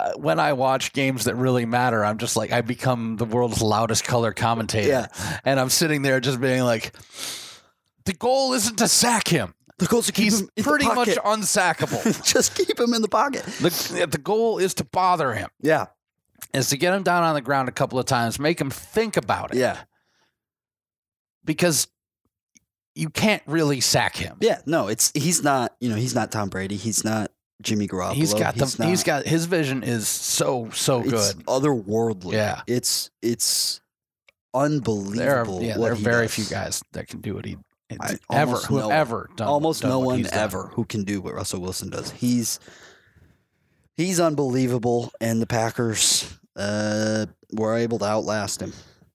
Speaker 1: uh, when I watch games that really matter, I'm just like I become the world's loudest color commentator, and I'm sitting there just being like, the goal isn't to sack him.
Speaker 2: The goals to keep
Speaker 1: He's
Speaker 2: him in
Speaker 1: pretty
Speaker 2: the
Speaker 1: much
Speaker 2: pocket.
Speaker 1: unsackable.
Speaker 2: just keep him in the pocket.
Speaker 1: the The goal is to bother him,
Speaker 2: Yeah,
Speaker 1: is to get him down on the ground a couple of times, make him think about it,
Speaker 2: yeah,
Speaker 1: because you can't really sack him.
Speaker 2: yeah. No, it's he's not. You know, he's not Tom Brady. He's not Jimmy Garoppolo.
Speaker 1: He's got the, he's got his vision is so so good.
Speaker 2: It's otherworldly.
Speaker 1: Yeah.
Speaker 2: it's it's
Speaker 1: There are,
Speaker 2: unbelievable.
Speaker 1: yeah,
Speaker 2: what
Speaker 1: there are
Speaker 2: he
Speaker 1: very
Speaker 2: does.
Speaker 1: few guys that can do what he
Speaker 2: I-
Speaker 1: ever
Speaker 2: almost
Speaker 1: who
Speaker 2: no
Speaker 1: have
Speaker 2: one.
Speaker 1: ever done.
Speaker 2: Almost
Speaker 1: done
Speaker 2: no
Speaker 1: what
Speaker 2: one
Speaker 1: he's done.
Speaker 2: ever who can do what Russell Wilson does. He's he's unbelievable, and the Packers uh, were able to outlast him.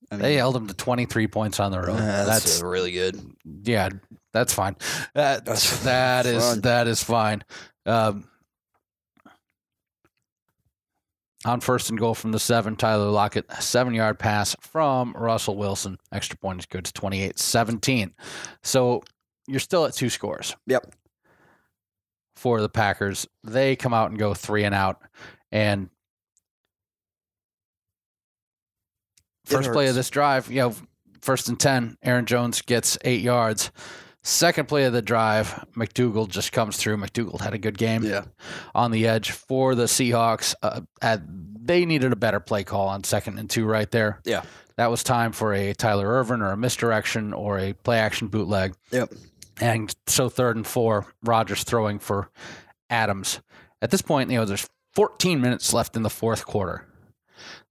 Speaker 2: I mean,
Speaker 1: They um, held him to 23 points on the road.
Speaker 2: uh,
Speaker 1: that's
Speaker 2: really good.
Speaker 1: yeah, that's fine. That,
Speaker 2: That's
Speaker 1: that is
Speaker 2: fine.
Speaker 1: that is fine. Um, on first and goal from the seven, Tyler Lockett, seven yard pass from Russell Wilson. Extra point is good to 28 17. So you're still at two scores.
Speaker 2: Yep.
Speaker 1: For the Packers. They come out and go three and out. And
Speaker 2: It
Speaker 1: first play of
Speaker 2: hurts.
Speaker 1: this drive, you know, first and 10, Aaron Jones gets eight yards. Second play of the drive, McDougal just comes through. McDougal had a good game
Speaker 2: Yeah,
Speaker 1: on the edge for the Seahawks. Uh, at, they needed a better play call on second and two right there.
Speaker 2: Yeah.
Speaker 1: That was time for a Tyler Irvin or a misdirection or a play action bootleg.
Speaker 2: Yep.
Speaker 1: And so third and four, Rogers throwing for Adams. At this point, you know, there's 14 minutes left in the fourth quarter.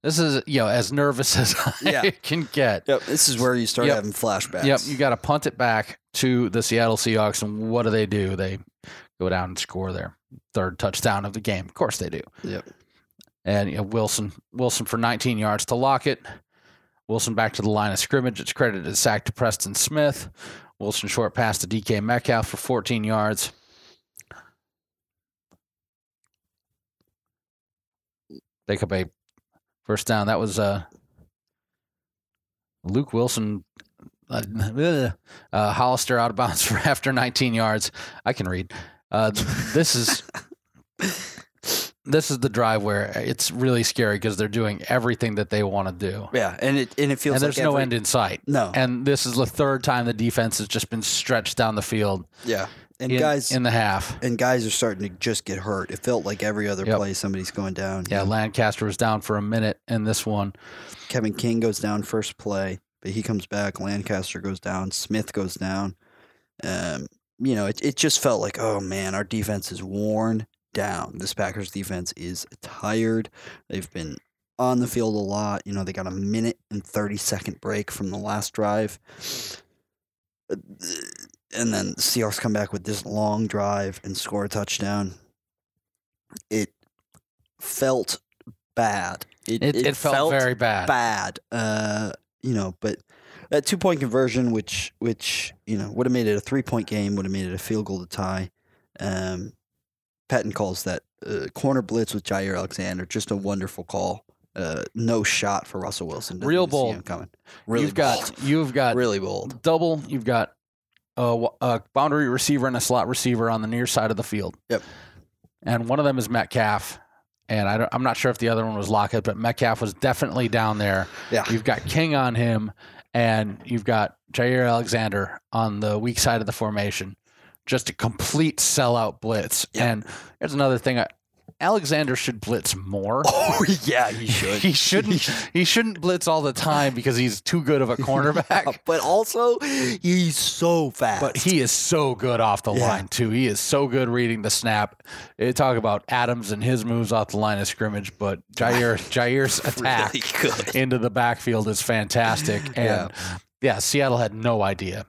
Speaker 1: This is, you know, as nervous as I
Speaker 2: Yeah.
Speaker 1: can get.
Speaker 2: yep. This is where you start
Speaker 1: Yep.
Speaker 2: having flashbacks.
Speaker 1: Yep, you got to punt it back to the Seattle Seahawks, and what do they do? They go down and score their third touchdown of the game. Of course they do.
Speaker 2: Yep.
Speaker 1: And you know, Wilson, Wilson for 19 yards to Lockett. Wilson back to the line of scrimmage. It's credited as sack to Preston Smith. Wilson short pass to DK Metcalf for 14 yards. Pick up a first down. That was uh, Luke Wilson. Uh, uh, Hollister out of bounds for after 19 yards. I can read. Uh, this is this is the drive where it's really scary because they're doing everything that they want to do.
Speaker 2: Yeah, and it and it feels
Speaker 1: And
Speaker 2: like
Speaker 1: there's no
Speaker 2: every-
Speaker 1: end in sight.
Speaker 2: No.
Speaker 1: And this is the third time the defense has just been stretched down the field
Speaker 2: Yeah, and
Speaker 1: in,
Speaker 2: guys
Speaker 1: in the half.
Speaker 2: and guys are starting to just get hurt. It felt like every other play somebody's going down.
Speaker 1: Yeah, Lancaster was down for a minute in this one.
Speaker 2: Kevin King goes down first play, but he comes back. Lancaster goes down. Smith goes down. Um, you know, it, it just felt like, oh man, our defense is worn down. This Packers defense is tired. They've been on the field a lot. You know, they got a minute and 30 second break from the last drive. And then the Seahawks come back with this long drive and score a touchdown. It felt bad.
Speaker 1: It, it, felt, very bad.
Speaker 2: bad. Uh, you know, but that two point conversion, which which you know would have made it a three point game, would have made it a field goal to tie. Um, Patton calls that uh, corner blitz with Jair Alexander just a wonderful call. Uh, no shot for Russell Wilson. Didn't
Speaker 1: Real
Speaker 2: even see
Speaker 1: bold.
Speaker 2: him coming. Really
Speaker 1: you've got
Speaker 2: bold.
Speaker 1: you've got
Speaker 2: really bold.
Speaker 1: double. You've got a, w- a boundary receiver and a slot receiver on the near side of the field.
Speaker 2: Yep.
Speaker 1: And one of them is Metcalf, and I don't, I'm not sure if the other one was Lockett, but Metcalf was definitely down there.
Speaker 2: Yeah.
Speaker 1: You've got King on him, and you've got Jair Alexander on the weak side of the formation. Just a complete sellout blitz.
Speaker 2: Yep.
Speaker 1: And here's another thing: I, Alexander should blitz more.
Speaker 2: Oh yeah, he should.
Speaker 1: He shouldn't. He shouldn't blitz all the time because he's too good of a cornerback.
Speaker 2: Uh, but also, he's so fast.
Speaker 1: But he is so good off the
Speaker 2: Yeah.
Speaker 1: line too. He is so good reading the snap. It, talk about Adams and his moves off the line of scrimmage, but Jair Jair's attack
Speaker 2: really good.
Speaker 1: into the backfield is fantastic. And yeah. Seattle had no idea.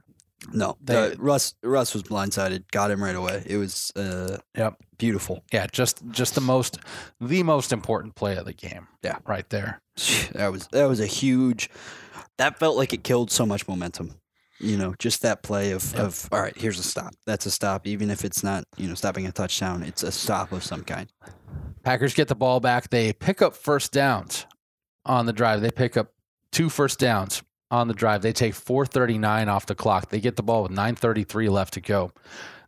Speaker 2: No,
Speaker 1: They-
Speaker 2: the- Russ Russ was blindsided. Got him right away. It was uh,
Speaker 1: Yep.
Speaker 2: beautiful.
Speaker 1: Yeah, just just the most the most important play of the game.
Speaker 2: Yeah.
Speaker 1: right there.
Speaker 2: That was that was a huge. That felt like it killed so much momentum. You know, just that play of,
Speaker 1: Yep.
Speaker 2: of all right, here's a stop. That's a stop, even if it's not you know stopping a touchdown. It's a stop of some kind.
Speaker 1: Packers get the ball back. They pick up first downs on the drive. They pick up two first downs on the drive. They take 439 off the clock. They get the ball with 933 left to go.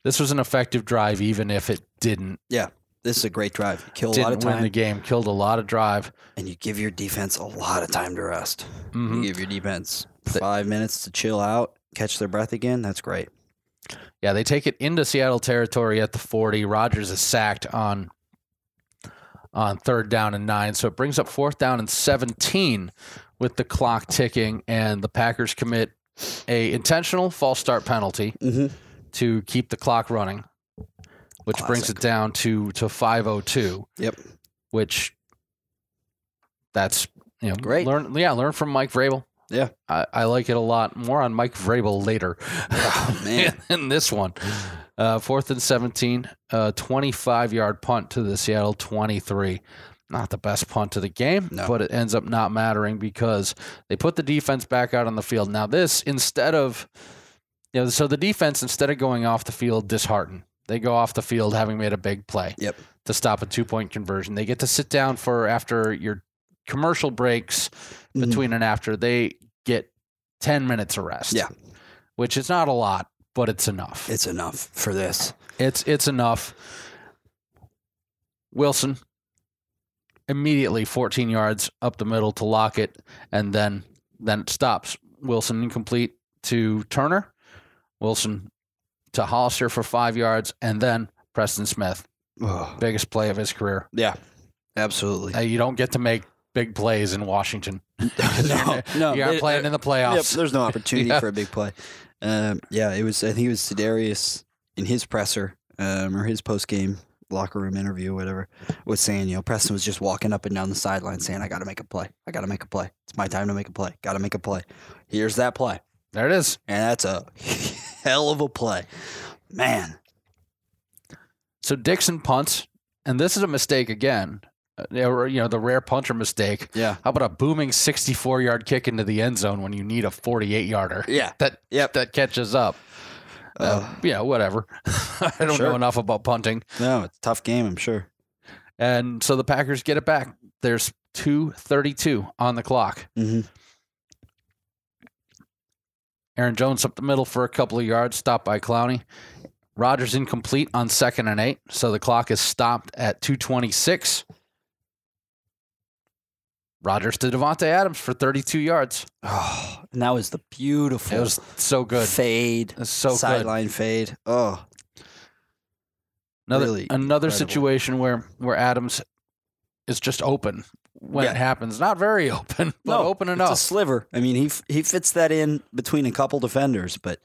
Speaker 1: This was an effective drive, even if it didn't,
Speaker 2: This is a great drive. Kill a lot of
Speaker 1: didn't win
Speaker 2: time,
Speaker 1: the game. Killed a lot of drive.
Speaker 2: and you give your defense a lot of time to rest.
Speaker 1: Mhm.
Speaker 2: You give your defense five minutes to chill out, catch their breath again. That's great.
Speaker 1: Yeah, they take it into Seattle territory at the 40. Rogers is sacked on on third down and nine, so it brings up fourth down and 17 with the clock ticking, and the Packers commit a intentional false start penalty
Speaker 2: Mm-hmm.
Speaker 1: to keep the clock running, which brings
Speaker 2: Classic.
Speaker 1: it down to to 5:02.
Speaker 2: Yep.
Speaker 1: Which that's you know
Speaker 2: Great.
Speaker 1: Learn yeah, learn from Mike Vrabel.
Speaker 2: Yeah.
Speaker 1: I, I like it a lot. More on Mike Vrabel later.
Speaker 2: Oh, man.
Speaker 1: in this one, uh, fourth and 17, uh, 25 yard punt to the Seattle 23. Not the best punt to the game,
Speaker 2: No.
Speaker 1: but it ends up not mattering because they put the defense back out on the field. Now, this instead of, you know, so the defense, instead of going off the field disheartened, they go off the field having made a big play
Speaker 2: Yep.
Speaker 1: to stop a two point conversion. They get to sit down for after your commercial breaks
Speaker 2: Mhm.
Speaker 1: between and after. They get 10 minutes of rest.
Speaker 2: Yeah.
Speaker 1: Which is not a lot, but it's enough.
Speaker 2: It's enough for this.
Speaker 1: It's it's enough. Wilson immediately 14 yards up the middle to Lockett, and then then it stops. Wilson incomplete to Turner. Wilson to Hollister for five yards, and then Preston Smith,
Speaker 2: Ugh.
Speaker 1: biggest play of his career.
Speaker 2: Yeah, absolutely.
Speaker 1: Uh, you don't get to make big plays in Washington.
Speaker 2: no, no,
Speaker 1: you aren't
Speaker 2: it- uh,
Speaker 1: playing in the playoffs.
Speaker 2: Yep, there's no opportunity
Speaker 1: Yeah.
Speaker 2: for a big play. Um, yeah, it was. I think it was Sedarius in his presser um, or his post game locker room interview, whatever, was saying. You know, Preston was just walking up and down the sideline saying, "I got to make a play. I got to make a play. It's my time to make a play. Got to make a play. Here's that play,
Speaker 1: There it is.
Speaker 2: and that's a hell of a play, man.
Speaker 1: So Dixon punts, and this is a mistake again. Uh, You know, the rare punter mistake.
Speaker 2: Yeah,
Speaker 1: How about a booming 64 yard kick into the end zone when you need a 48 yarder
Speaker 2: yeah,
Speaker 1: that
Speaker 2: yep.
Speaker 1: that catches up? Uh,
Speaker 2: Uh,
Speaker 1: yeah, whatever. I don't
Speaker 2: Sure.
Speaker 1: know enough about punting.
Speaker 2: no, it's a tough game. I'm sure.
Speaker 1: And so the Packers get it back. There's 2:32 on the clock.
Speaker 2: hmm
Speaker 1: Aaron Jones up the middle for a couple of yards, stopped by Clowney. Rogers incomplete on second and eight, so the clock is stopped at 226. Rogers to Devonte Adams for 32 yards.
Speaker 2: Oh, and that was the beautiful
Speaker 1: It was so good.
Speaker 2: fade,
Speaker 1: It was so good.
Speaker 2: sideline fade. Oh,
Speaker 1: Another
Speaker 2: Really
Speaker 1: another
Speaker 2: incredible.
Speaker 1: situation where where Adams is just open when
Speaker 2: Yeah.
Speaker 1: it happens. Not very open, but
Speaker 2: No,
Speaker 1: open
Speaker 2: it's a
Speaker 1: enough
Speaker 2: sliver. I mean, he f- he fits that in between a couple defenders, but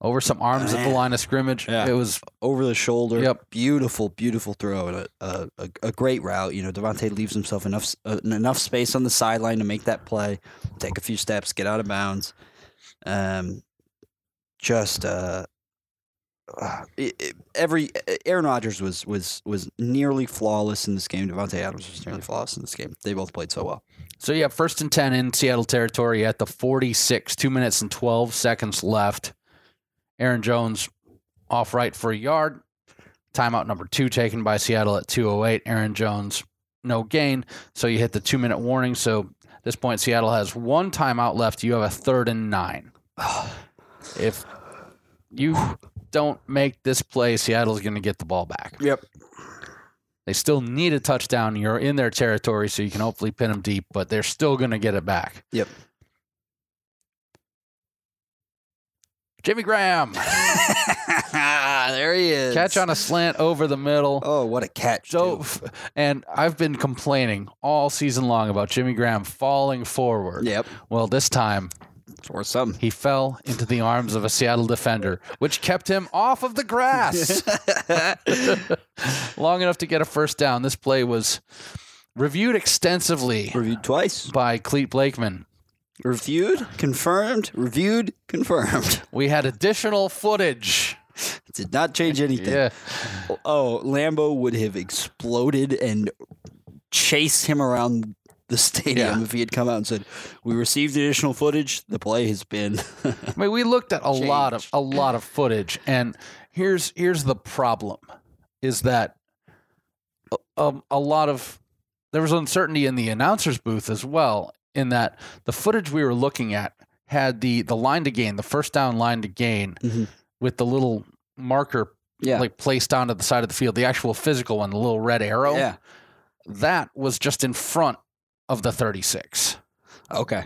Speaker 1: over some arms at the
Speaker 2: Man.
Speaker 1: line of scrimmage.
Speaker 2: Yeah.
Speaker 1: It was
Speaker 2: over the shoulder.
Speaker 1: Yep.
Speaker 2: Beautiful, beautiful throw and a, a, a, a great route. You know, Devontae leaves himself enough s- uh, enough space on the sideline to make that play, take a few steps, get out of bounds. Um, just uh, uh, it, it- every uh, Aaron Rodgers was was was nearly flawless in this game. Devontae Adams was nearly flawless in this game. They both played so well.
Speaker 1: so yeah, first and ten in Seattle territory at the forty six, two minutes and twelve seconds left. Aaron Jones off right for a yard. Timeout number two taken by Seattle at two oh eight. Aaron Jones, no gain. So you hit the two minute warning. So at this point Seattle has one timeout left. You have a third and nine. if you don't make this play, Seattle's going to get the ball back.
Speaker 2: Yep.
Speaker 1: They still need a touchdown. You're in their territory, so you can hopefully pin them deep, but they're still going to get it back.
Speaker 2: Yep.
Speaker 1: Jimmy Graham,
Speaker 2: there he is.
Speaker 1: catch on a slant over the middle.
Speaker 2: Oh, what a catch!
Speaker 1: So,
Speaker 2: too.
Speaker 1: and I've been complaining all season long about Jimmy Graham falling forward.
Speaker 2: yep,
Speaker 1: Well, this time
Speaker 2: or some.
Speaker 1: he fell into the arms of a Seattle defender, which kept him off of the grass. long enough to get a first down. This play was reviewed extensively
Speaker 2: Reviewed twice.
Speaker 1: by Cleet Blakeman.
Speaker 2: Reviewed, confirmed, reviewed, confirmed.
Speaker 1: We had additional footage.
Speaker 2: Did not change anything.
Speaker 1: Yeah.
Speaker 2: Oh, Lambo would have exploded and chased him around the stadium
Speaker 1: Yeah.
Speaker 2: if he had come out and said, "We received additional footage. The play has been."
Speaker 1: I mean, we looked at a lot of a lot of footage and here's here's the problem is that a- um, a lot of there was uncertainty in the announcer's booth as well in that the footage we were looking at had the the line to gain, the first down line to gain
Speaker 2: Mhm.
Speaker 1: with the little marker
Speaker 2: yeah.
Speaker 1: like placed onto the side of the field, the actual physical one, the little red arrow,
Speaker 2: yeah.
Speaker 1: that was just in front of the 36.
Speaker 2: Okay.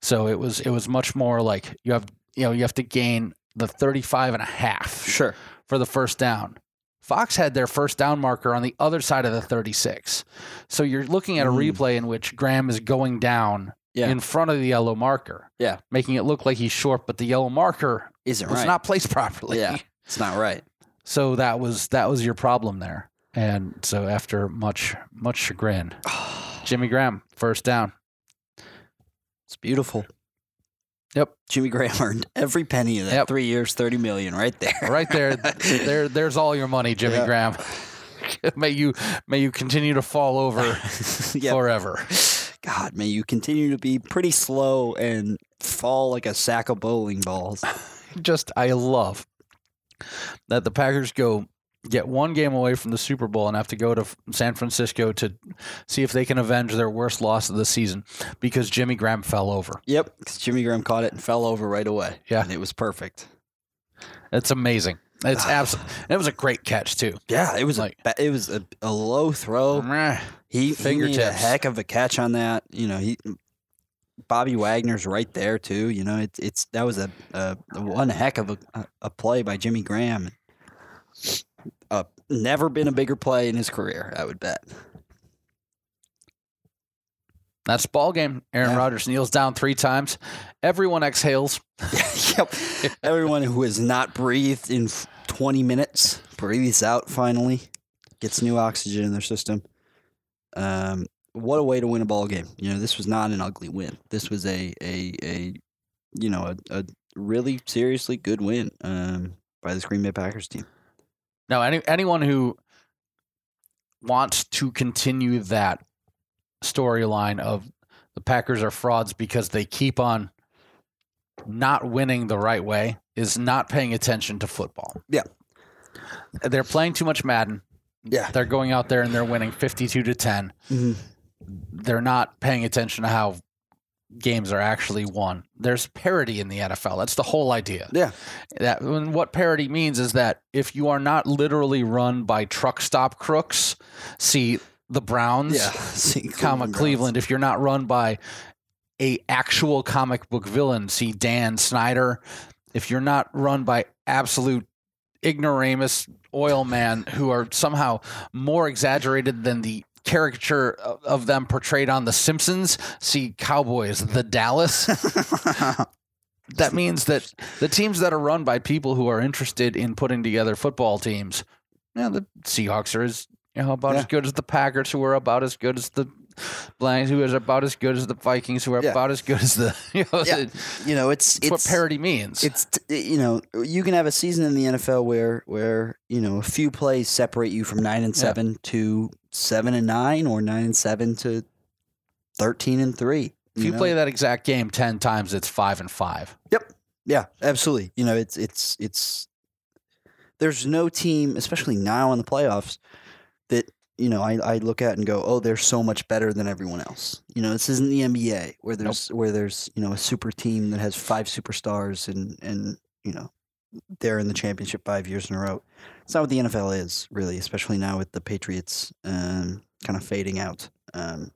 Speaker 1: So it was it was much more like you have you know you have to gain the 35 and a half
Speaker 2: Sure.
Speaker 1: for the first down. Fox had their first down marker on the other side of the 36. So you're looking at a
Speaker 2: Mm.
Speaker 1: replay in which Graham is going down
Speaker 2: Yeah.
Speaker 1: in front of the yellow marker.
Speaker 2: Yeah.
Speaker 1: Making it look like he's short, but the yellow marker
Speaker 2: Isn't
Speaker 1: was
Speaker 2: right.
Speaker 1: not placed properly.
Speaker 2: Yeah. it's not right.
Speaker 1: So that was that was your problem there. And so after much much chagrin, Jimmy Graham first down.
Speaker 2: It's beautiful.
Speaker 1: Yep.
Speaker 2: Jimmy Graham earned every penny of that.
Speaker 1: Yep.
Speaker 2: Three years, thirty million, right there.
Speaker 1: Right there there there's all your money, Jimmy
Speaker 2: Yeah.
Speaker 1: Graham. may you may you continue to fall over
Speaker 2: yeah.
Speaker 1: forever.
Speaker 2: God, may you continue to be pretty slow and fall like a sack of bowling balls.
Speaker 1: Just I love that the Packers go get one game away from the Super Bowl and have to go to San Francisco to see if they can avenge their worst loss of the season because Jimmy Graham fell over.
Speaker 2: Yep, because Jimmy Graham caught it and fell over right away.
Speaker 1: Yeah.
Speaker 2: and it was perfect.
Speaker 1: It's amazing. It's
Speaker 2: Ah.
Speaker 1: abs- and It was a great catch too.
Speaker 2: Yeah, it was
Speaker 1: Like-
Speaker 2: a ba- it was a, a low throw.
Speaker 1: Meh.
Speaker 2: He he made a
Speaker 1: Fingertips.
Speaker 2: heck of a catch on that. You know, he Bobby Wagner's right there too. You know, it's it's that was a, a one heck of a, a play by Jimmy Graham. Uh, never been a bigger play in his career, I would bet.
Speaker 1: That's the ball game. Aaron
Speaker 2: Yeah.
Speaker 1: Rodgers kneels down three times. Everyone exhales.
Speaker 2: yep. Everyone who has not breathed in f- 20 minutes breathes out finally, gets new oxygen in their system. Um, what a way to win a ball game. You know, this was not an ugly win. This was a a, a you know, a, a really seriously good win um, by this Green Bay Packers team.
Speaker 1: Now, any anyone who wants to continue that storyline of the Packers are frauds because they keep on not winning the right way is not paying attention to football.
Speaker 2: Yeah.
Speaker 1: They're playing too much Madden.
Speaker 2: Yeah.
Speaker 1: They're going out there and they're winning 52 to 10.
Speaker 2: Mhm.
Speaker 1: They're not paying attention to how games are actually won. There's parity in the NFL. That's the whole idea.
Speaker 2: Yeah.
Speaker 1: That and what parity means is that if you are not literally run by truck stop crooks, see the Browns,
Speaker 2: See,
Speaker 1: comma Cleveland. If you're not run by a actual comic book villain, see Dan Snyder. If you're not run by absolute ignoramus oil man who are somehow more exaggerated than the caricature of- of them portrayed on The Simpsons, see Cowboys, the Dallas. that means that the teams that are run by people who are interested in putting together football teams, yeah, the Seahawks are as you know, about as
Speaker 2: Yeah.
Speaker 1: good as the Packers, who are about as good as the Lions, who is about as good as the Vikings, who are
Speaker 2: Yeah.
Speaker 1: about as good as the. You know,
Speaker 2: Yeah.
Speaker 1: the- that's
Speaker 2: You know, it's
Speaker 1: what
Speaker 2: it's
Speaker 1: parity means.
Speaker 2: it's t- you know you can have a season in the NFL where where you know a few plays separate you from nine and
Speaker 1: Yeah.
Speaker 2: seven to seven and nine or nine and seven to thirteen and three.
Speaker 1: if you
Speaker 2: know?
Speaker 1: play that exact game ten times, it's five and five.
Speaker 2: yeah, absolutely. You know, it's it's it's there's no team, especially now in the playoffs, that you know I, I look at and go, oh, they're so much better than everyone else. You know, this isn't the NBA where there's where there's you know a super team that has five superstars and and you know they're in the championship five years in a row. It's not what the NFL is really, especially now with the Patriots um, kind of fading out. Um,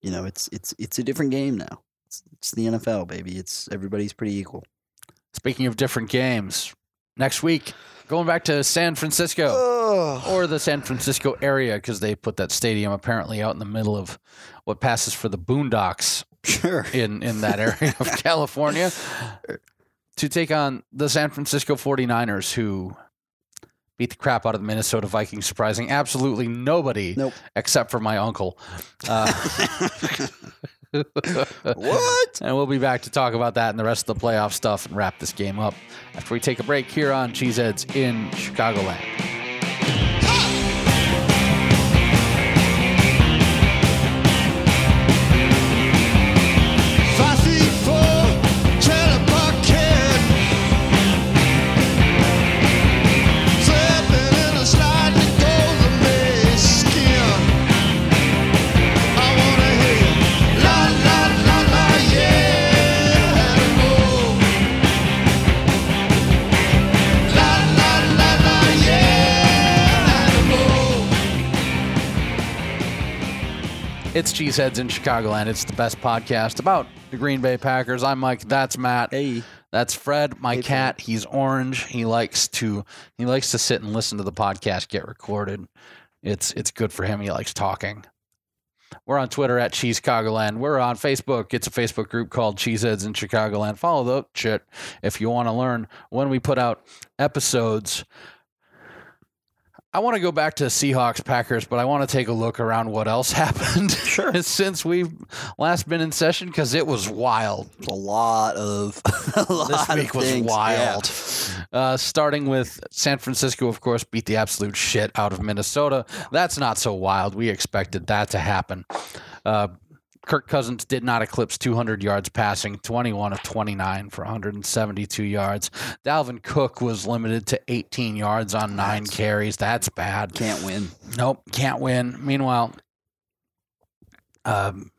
Speaker 2: you know, it's it's it's a different game now. It's, it's the NFL, baby. It's everybody's pretty equal.
Speaker 1: Speaking of different games, next week going back to San Francisco.
Speaker 2: Oh,
Speaker 1: or the San Francisco area because they put that stadium apparently out in the middle of what passes for the boondocks
Speaker 2: sure.
Speaker 1: in, in that area of California to take on the San Francisco 49ers who beat the crap out of the Minnesota Vikings, surprising absolutely nobody
Speaker 2: Nope.
Speaker 1: except for my uncle. Uh,
Speaker 2: What?
Speaker 1: And we'll be back to talk about that and the rest of the playoff stuff and wrap this game up after we take a break here on Cheeseheads in Chicagoland.
Speaker 3: Five feet four, trailer park kid. Slipping in a sliding golden lace skin. I wanna hear la la la la yeah and go. La la la la yeah and go.
Speaker 1: It's Cheeseheads in Chicagoland. It's the best podcast about the Green Bay Packers. I'm Mike. That's Matt.
Speaker 2: Hey.
Speaker 1: That's Fred, my cat. He's orange. He likes to he likes to sit and listen to the podcast get recorded. It's it's good for him. He likes talking. We're on Twitter at Cheese Chicagoland. We're on Facebook. It's a Facebook group called Cheeseheads in Chicagoland. Follow the shit if you want to learn when we put out episodes. I want to go back to Seahawks Packers, but I want to take a look around what else happened
Speaker 2: Sure.
Speaker 1: since we've last been in session because it was wild
Speaker 2: A lot of a lot
Speaker 1: this week
Speaker 2: of
Speaker 1: was
Speaker 2: things.
Speaker 1: wild. Uh, starting with San Francisco, of course, beat the absolute shit out of Minnesota. That's not so wild. We expected that to happen. Uh, Kirk Cousins did not eclipse 200 yards passing, 21 of 29 for 172 yards. Dalvin Cook was limited to 18 yards on nine carries. That's bad.
Speaker 2: Yeah. Can't win.
Speaker 1: Nope, can't win. Meanwhile, um,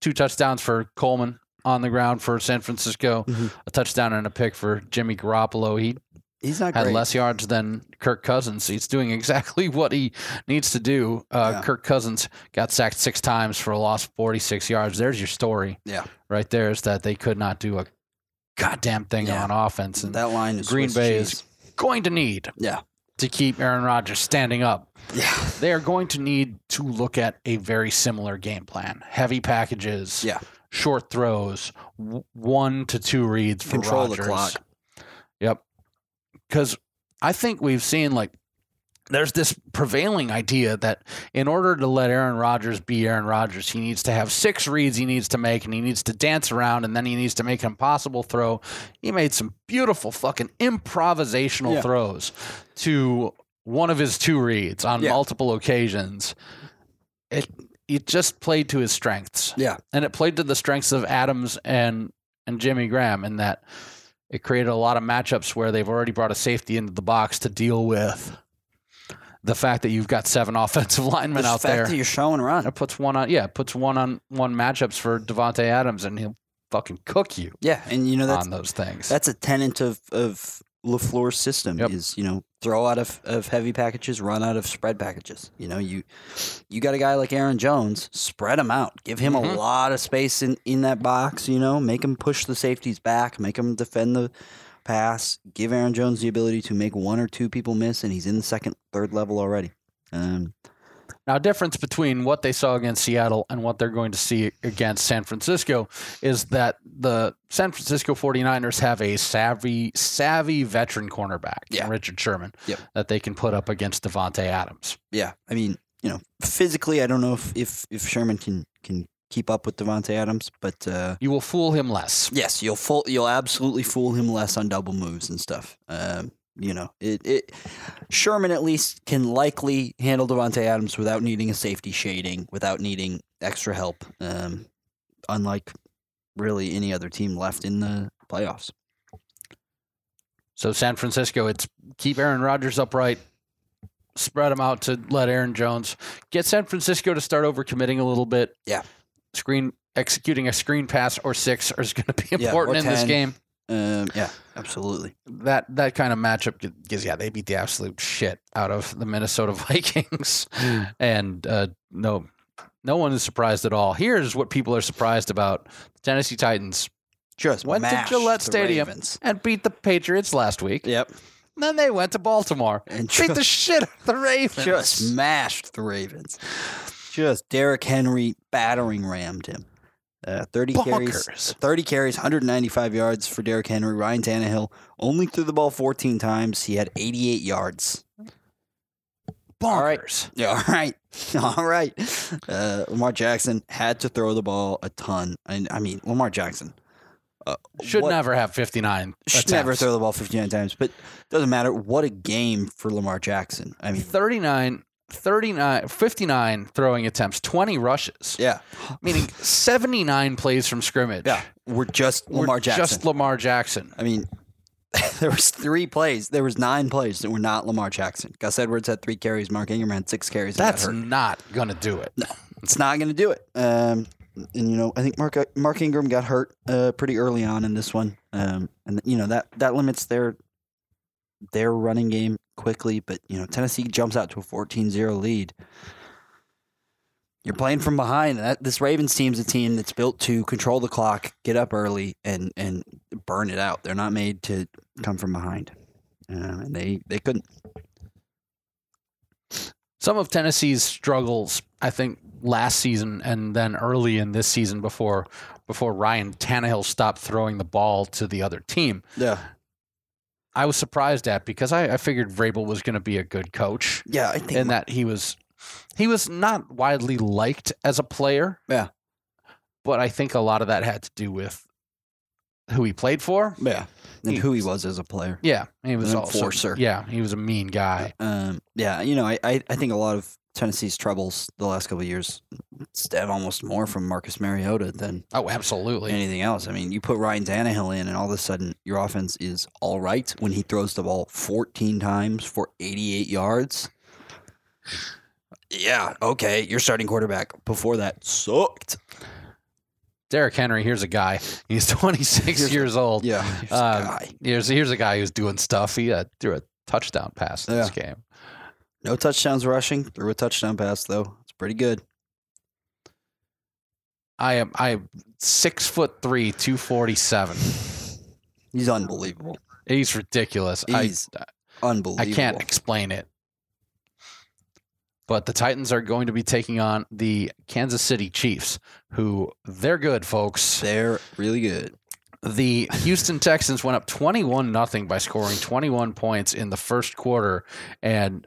Speaker 1: two touchdowns for Coleman on the ground for San Francisco,
Speaker 2: Mhm.
Speaker 1: a touchdown and a pick for Jimmy Garoppolo. He
Speaker 2: He's not
Speaker 1: had
Speaker 2: great.
Speaker 1: less yards than Kirk Cousins. He's doing exactly what he needs to do. Uh,
Speaker 2: Yeah.
Speaker 1: Kirk Cousins got sacked six times for a loss of 46 yards. There's your story.
Speaker 2: Yeah.
Speaker 1: Right there is that they could not do a goddamn thing
Speaker 2: Yeah.
Speaker 1: on offense. And
Speaker 2: that line is
Speaker 1: Green
Speaker 2: Swiss
Speaker 1: Bay
Speaker 2: cheese.
Speaker 1: is- going to need
Speaker 2: Yeah.
Speaker 1: to keep Aaron Rodgers standing up
Speaker 2: yeah
Speaker 1: they are going to need to look at a very similar game plan heavy packages
Speaker 2: Yeah.
Speaker 1: short throws w- one to two reads for
Speaker 2: Control the
Speaker 1: Rodgers.
Speaker 2: clock.
Speaker 1: yep because i think we've seen like there's this prevailing idea that in order to let Aaron Rodgers be Aaron Rodgers, he needs to have six reads he needs to make and he needs to dance around and then he needs to make an impossible throw. He made some beautiful fucking improvisational
Speaker 2: Yeah.
Speaker 1: throws to one of his two reads on
Speaker 2: Yeah.
Speaker 1: multiple occasions. It it just played to his strengths.
Speaker 2: Yeah.
Speaker 1: And it played to the strengths of Adams and and Jimmy Graham in that it created a lot of matchups where they've already brought a safety into the box to deal with the fact that you've got seven offensive linemen
Speaker 2: The
Speaker 1: out
Speaker 2: fact
Speaker 1: there
Speaker 2: that you're showing run.
Speaker 1: that puts one on yeah puts one on one matchups for Devonte Adams, and he'll fucking cook you
Speaker 2: Yeah, and you know that's
Speaker 1: on those things.
Speaker 2: that's a tenet of of Lafleur's system
Speaker 1: Yep.
Speaker 2: is you know throw out of, of heavy packages, run out of spread packages. You know you you got a guy like Aaron Jones, spread him out, give him
Speaker 1: Mhm.
Speaker 2: a lot of space in in that box. You know, make him push the safeties back, make him defend the pass, give Aaron Jones the ability to make one or two people miss, and he's in the second, third level already. Um,
Speaker 1: Now, difference between what they saw against Seattle and what they're going to see against San Francisco is that the San Francisco 49ers have a savvy, savvy veteran cornerback, in
Speaker 2: Yeah.
Speaker 1: Richard Sherman,
Speaker 2: Yep.
Speaker 1: that they can put up against Devontae Adams.
Speaker 2: yeah, I mean, you know, physically, I don't know if if, if Sherman can can keep up with Devonte Adams, but. uh
Speaker 1: You will fool him less.
Speaker 2: Yes, you'll fool, you'll absolutely fool him less on double moves and stuff. Um, you know, it, it Sherman at least can likely handle Devontae Adams without needing a safety shading, without needing extra help. Um, unlike really any other team left in the playoffs.
Speaker 1: So, San Francisco, it's keep Aaron Rodgers upright, spread him out to let Aaron Jones get San Francisco to start overcommitting a little bit.
Speaker 2: Yeah.
Speaker 1: Screen executing a screen pass or six is going to be
Speaker 2: Yeah, or
Speaker 1: important in this
Speaker 2: 10.
Speaker 1: game.
Speaker 2: Um, yeah, absolutely.
Speaker 1: that that kind of matchup because yeah they beat the absolute shit out of the Minnesota Vikings and uh, no no one is surprised at all. Here's what people are surprised about: the Tennessee Titans
Speaker 2: Just
Speaker 1: Went to
Speaker 2: mashed
Speaker 1: Gillette
Speaker 2: the
Speaker 1: Stadium.
Speaker 2: Ravens.
Speaker 1: and beat the Patriots last week.
Speaker 2: Yep,
Speaker 1: And then they went to Baltimore
Speaker 2: and
Speaker 1: beat the shit out of the Ravens.
Speaker 2: just mashed the Ravens. Just Derrick Henry battering rammed him. Uh, 30 carries,
Speaker 1: Bonkers.
Speaker 2: 30 carries, 195 yards for Derrick Henry. Ryan Tannehill only threw the ball 14 times. He had 88 yards.
Speaker 1: bonkers.
Speaker 2: All right. Yeah, all right, all right. Uh, Lamar Jackson had to throw the ball a ton, and I mean Lamar Jackson uh,
Speaker 1: Should
Speaker 2: what-
Speaker 1: never have 59.
Speaker 2: should
Speaker 1: attempts.
Speaker 2: never throw the ball 59 times, but doesn't matter. What a game for Lamar Jackson. I mean,
Speaker 1: 39. 39 59 throwing attempts 20 rushes
Speaker 2: yeah,
Speaker 1: meaning 79 plays from scrimmage
Speaker 2: yeah. We're just
Speaker 1: We're
Speaker 2: Lamar Jackson.
Speaker 1: just Lamar Jackson
Speaker 2: I mean, there was three plays. There was nine plays that were not Lamar Jackson. Gus Edwards had three carries. Mark Ingram had six carries. and got
Speaker 1: That's
Speaker 2: hurt.
Speaker 1: not gonna do it.
Speaker 2: it's not going to do it. Um, and you know, I think Mark uh, Mark Ingram got hurt uh, pretty early on in this one. Um, and you know that that limits their their running game quickly. But you know, Tennessee jumps out to a 14-0 lead. You're playing from behind. and That, this Ravens team's a team that's built to control the clock, get up early, and and burn it out. They're not made to come from behind, um, and they they couldn't.
Speaker 1: Some of Tennessee's struggles, I think, last season and then early in this season before before Ryan Tannehill stopped throwing the ball to the other team,
Speaker 2: Yeah,
Speaker 1: I was surprised at because I, I figured Vrabel was gonna be a good coach
Speaker 2: yeah. I think
Speaker 1: and that he was he was not widely liked as a player.
Speaker 2: Yeah.
Speaker 1: But I think a lot of that had to do with who he played for.
Speaker 2: yeah, and who he was as a player.
Speaker 1: Yeah. He was
Speaker 2: An
Speaker 1: also
Speaker 2: enforcer.
Speaker 1: Yeah, he was a mean guy.
Speaker 2: Um, yeah, you know, I, I, I think a lot of Tennessee's troubles the last couple of years stem almost more from Marcus Mariota than
Speaker 1: Oh, absolutely.
Speaker 2: anything else. I mean, you put Ryan Tannehill in, and all of a sudden your offense is all right when he throws the ball 14 times for 88 yards. Yeah, okay, your starting quarterback before that sucked.
Speaker 1: Derrick Henry, here's a guy. He's 26
Speaker 2: Here's-
Speaker 1: years old.
Speaker 2: Yeah, here's the
Speaker 1: Um,
Speaker 2: guy.
Speaker 1: Here's here's a guy who's doing stuff. He uh, threw a touchdown pass in this game.
Speaker 2: no touchdowns rushing. Threw a touchdown pass though. It's pretty good.
Speaker 1: I am I am six foot three, two forty seven.
Speaker 2: He's unbelievable.
Speaker 1: He's ridiculous.
Speaker 2: He's
Speaker 1: I I
Speaker 2: Unbelievable.
Speaker 1: can't explain it. But the Titans are going to be taking on the Kansas City Chiefs, who they're good, folks.
Speaker 2: They're really good.
Speaker 1: The Houston Texans went up 21 nothing by scoring 21 points in the first quarter and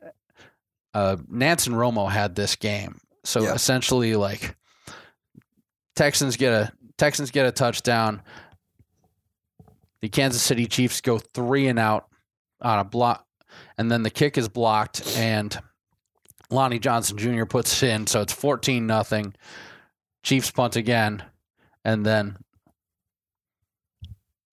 Speaker 1: uh Nance and Romo had this game. So
Speaker 2: Yeah.
Speaker 1: essentially like Texans get a Texans get a touchdown. The Kansas City Chiefs go 3 and out on a block and then the kick is blocked and Lonnie Johnson Jr. puts it in so it's 14 nothing. Chiefs punt again and then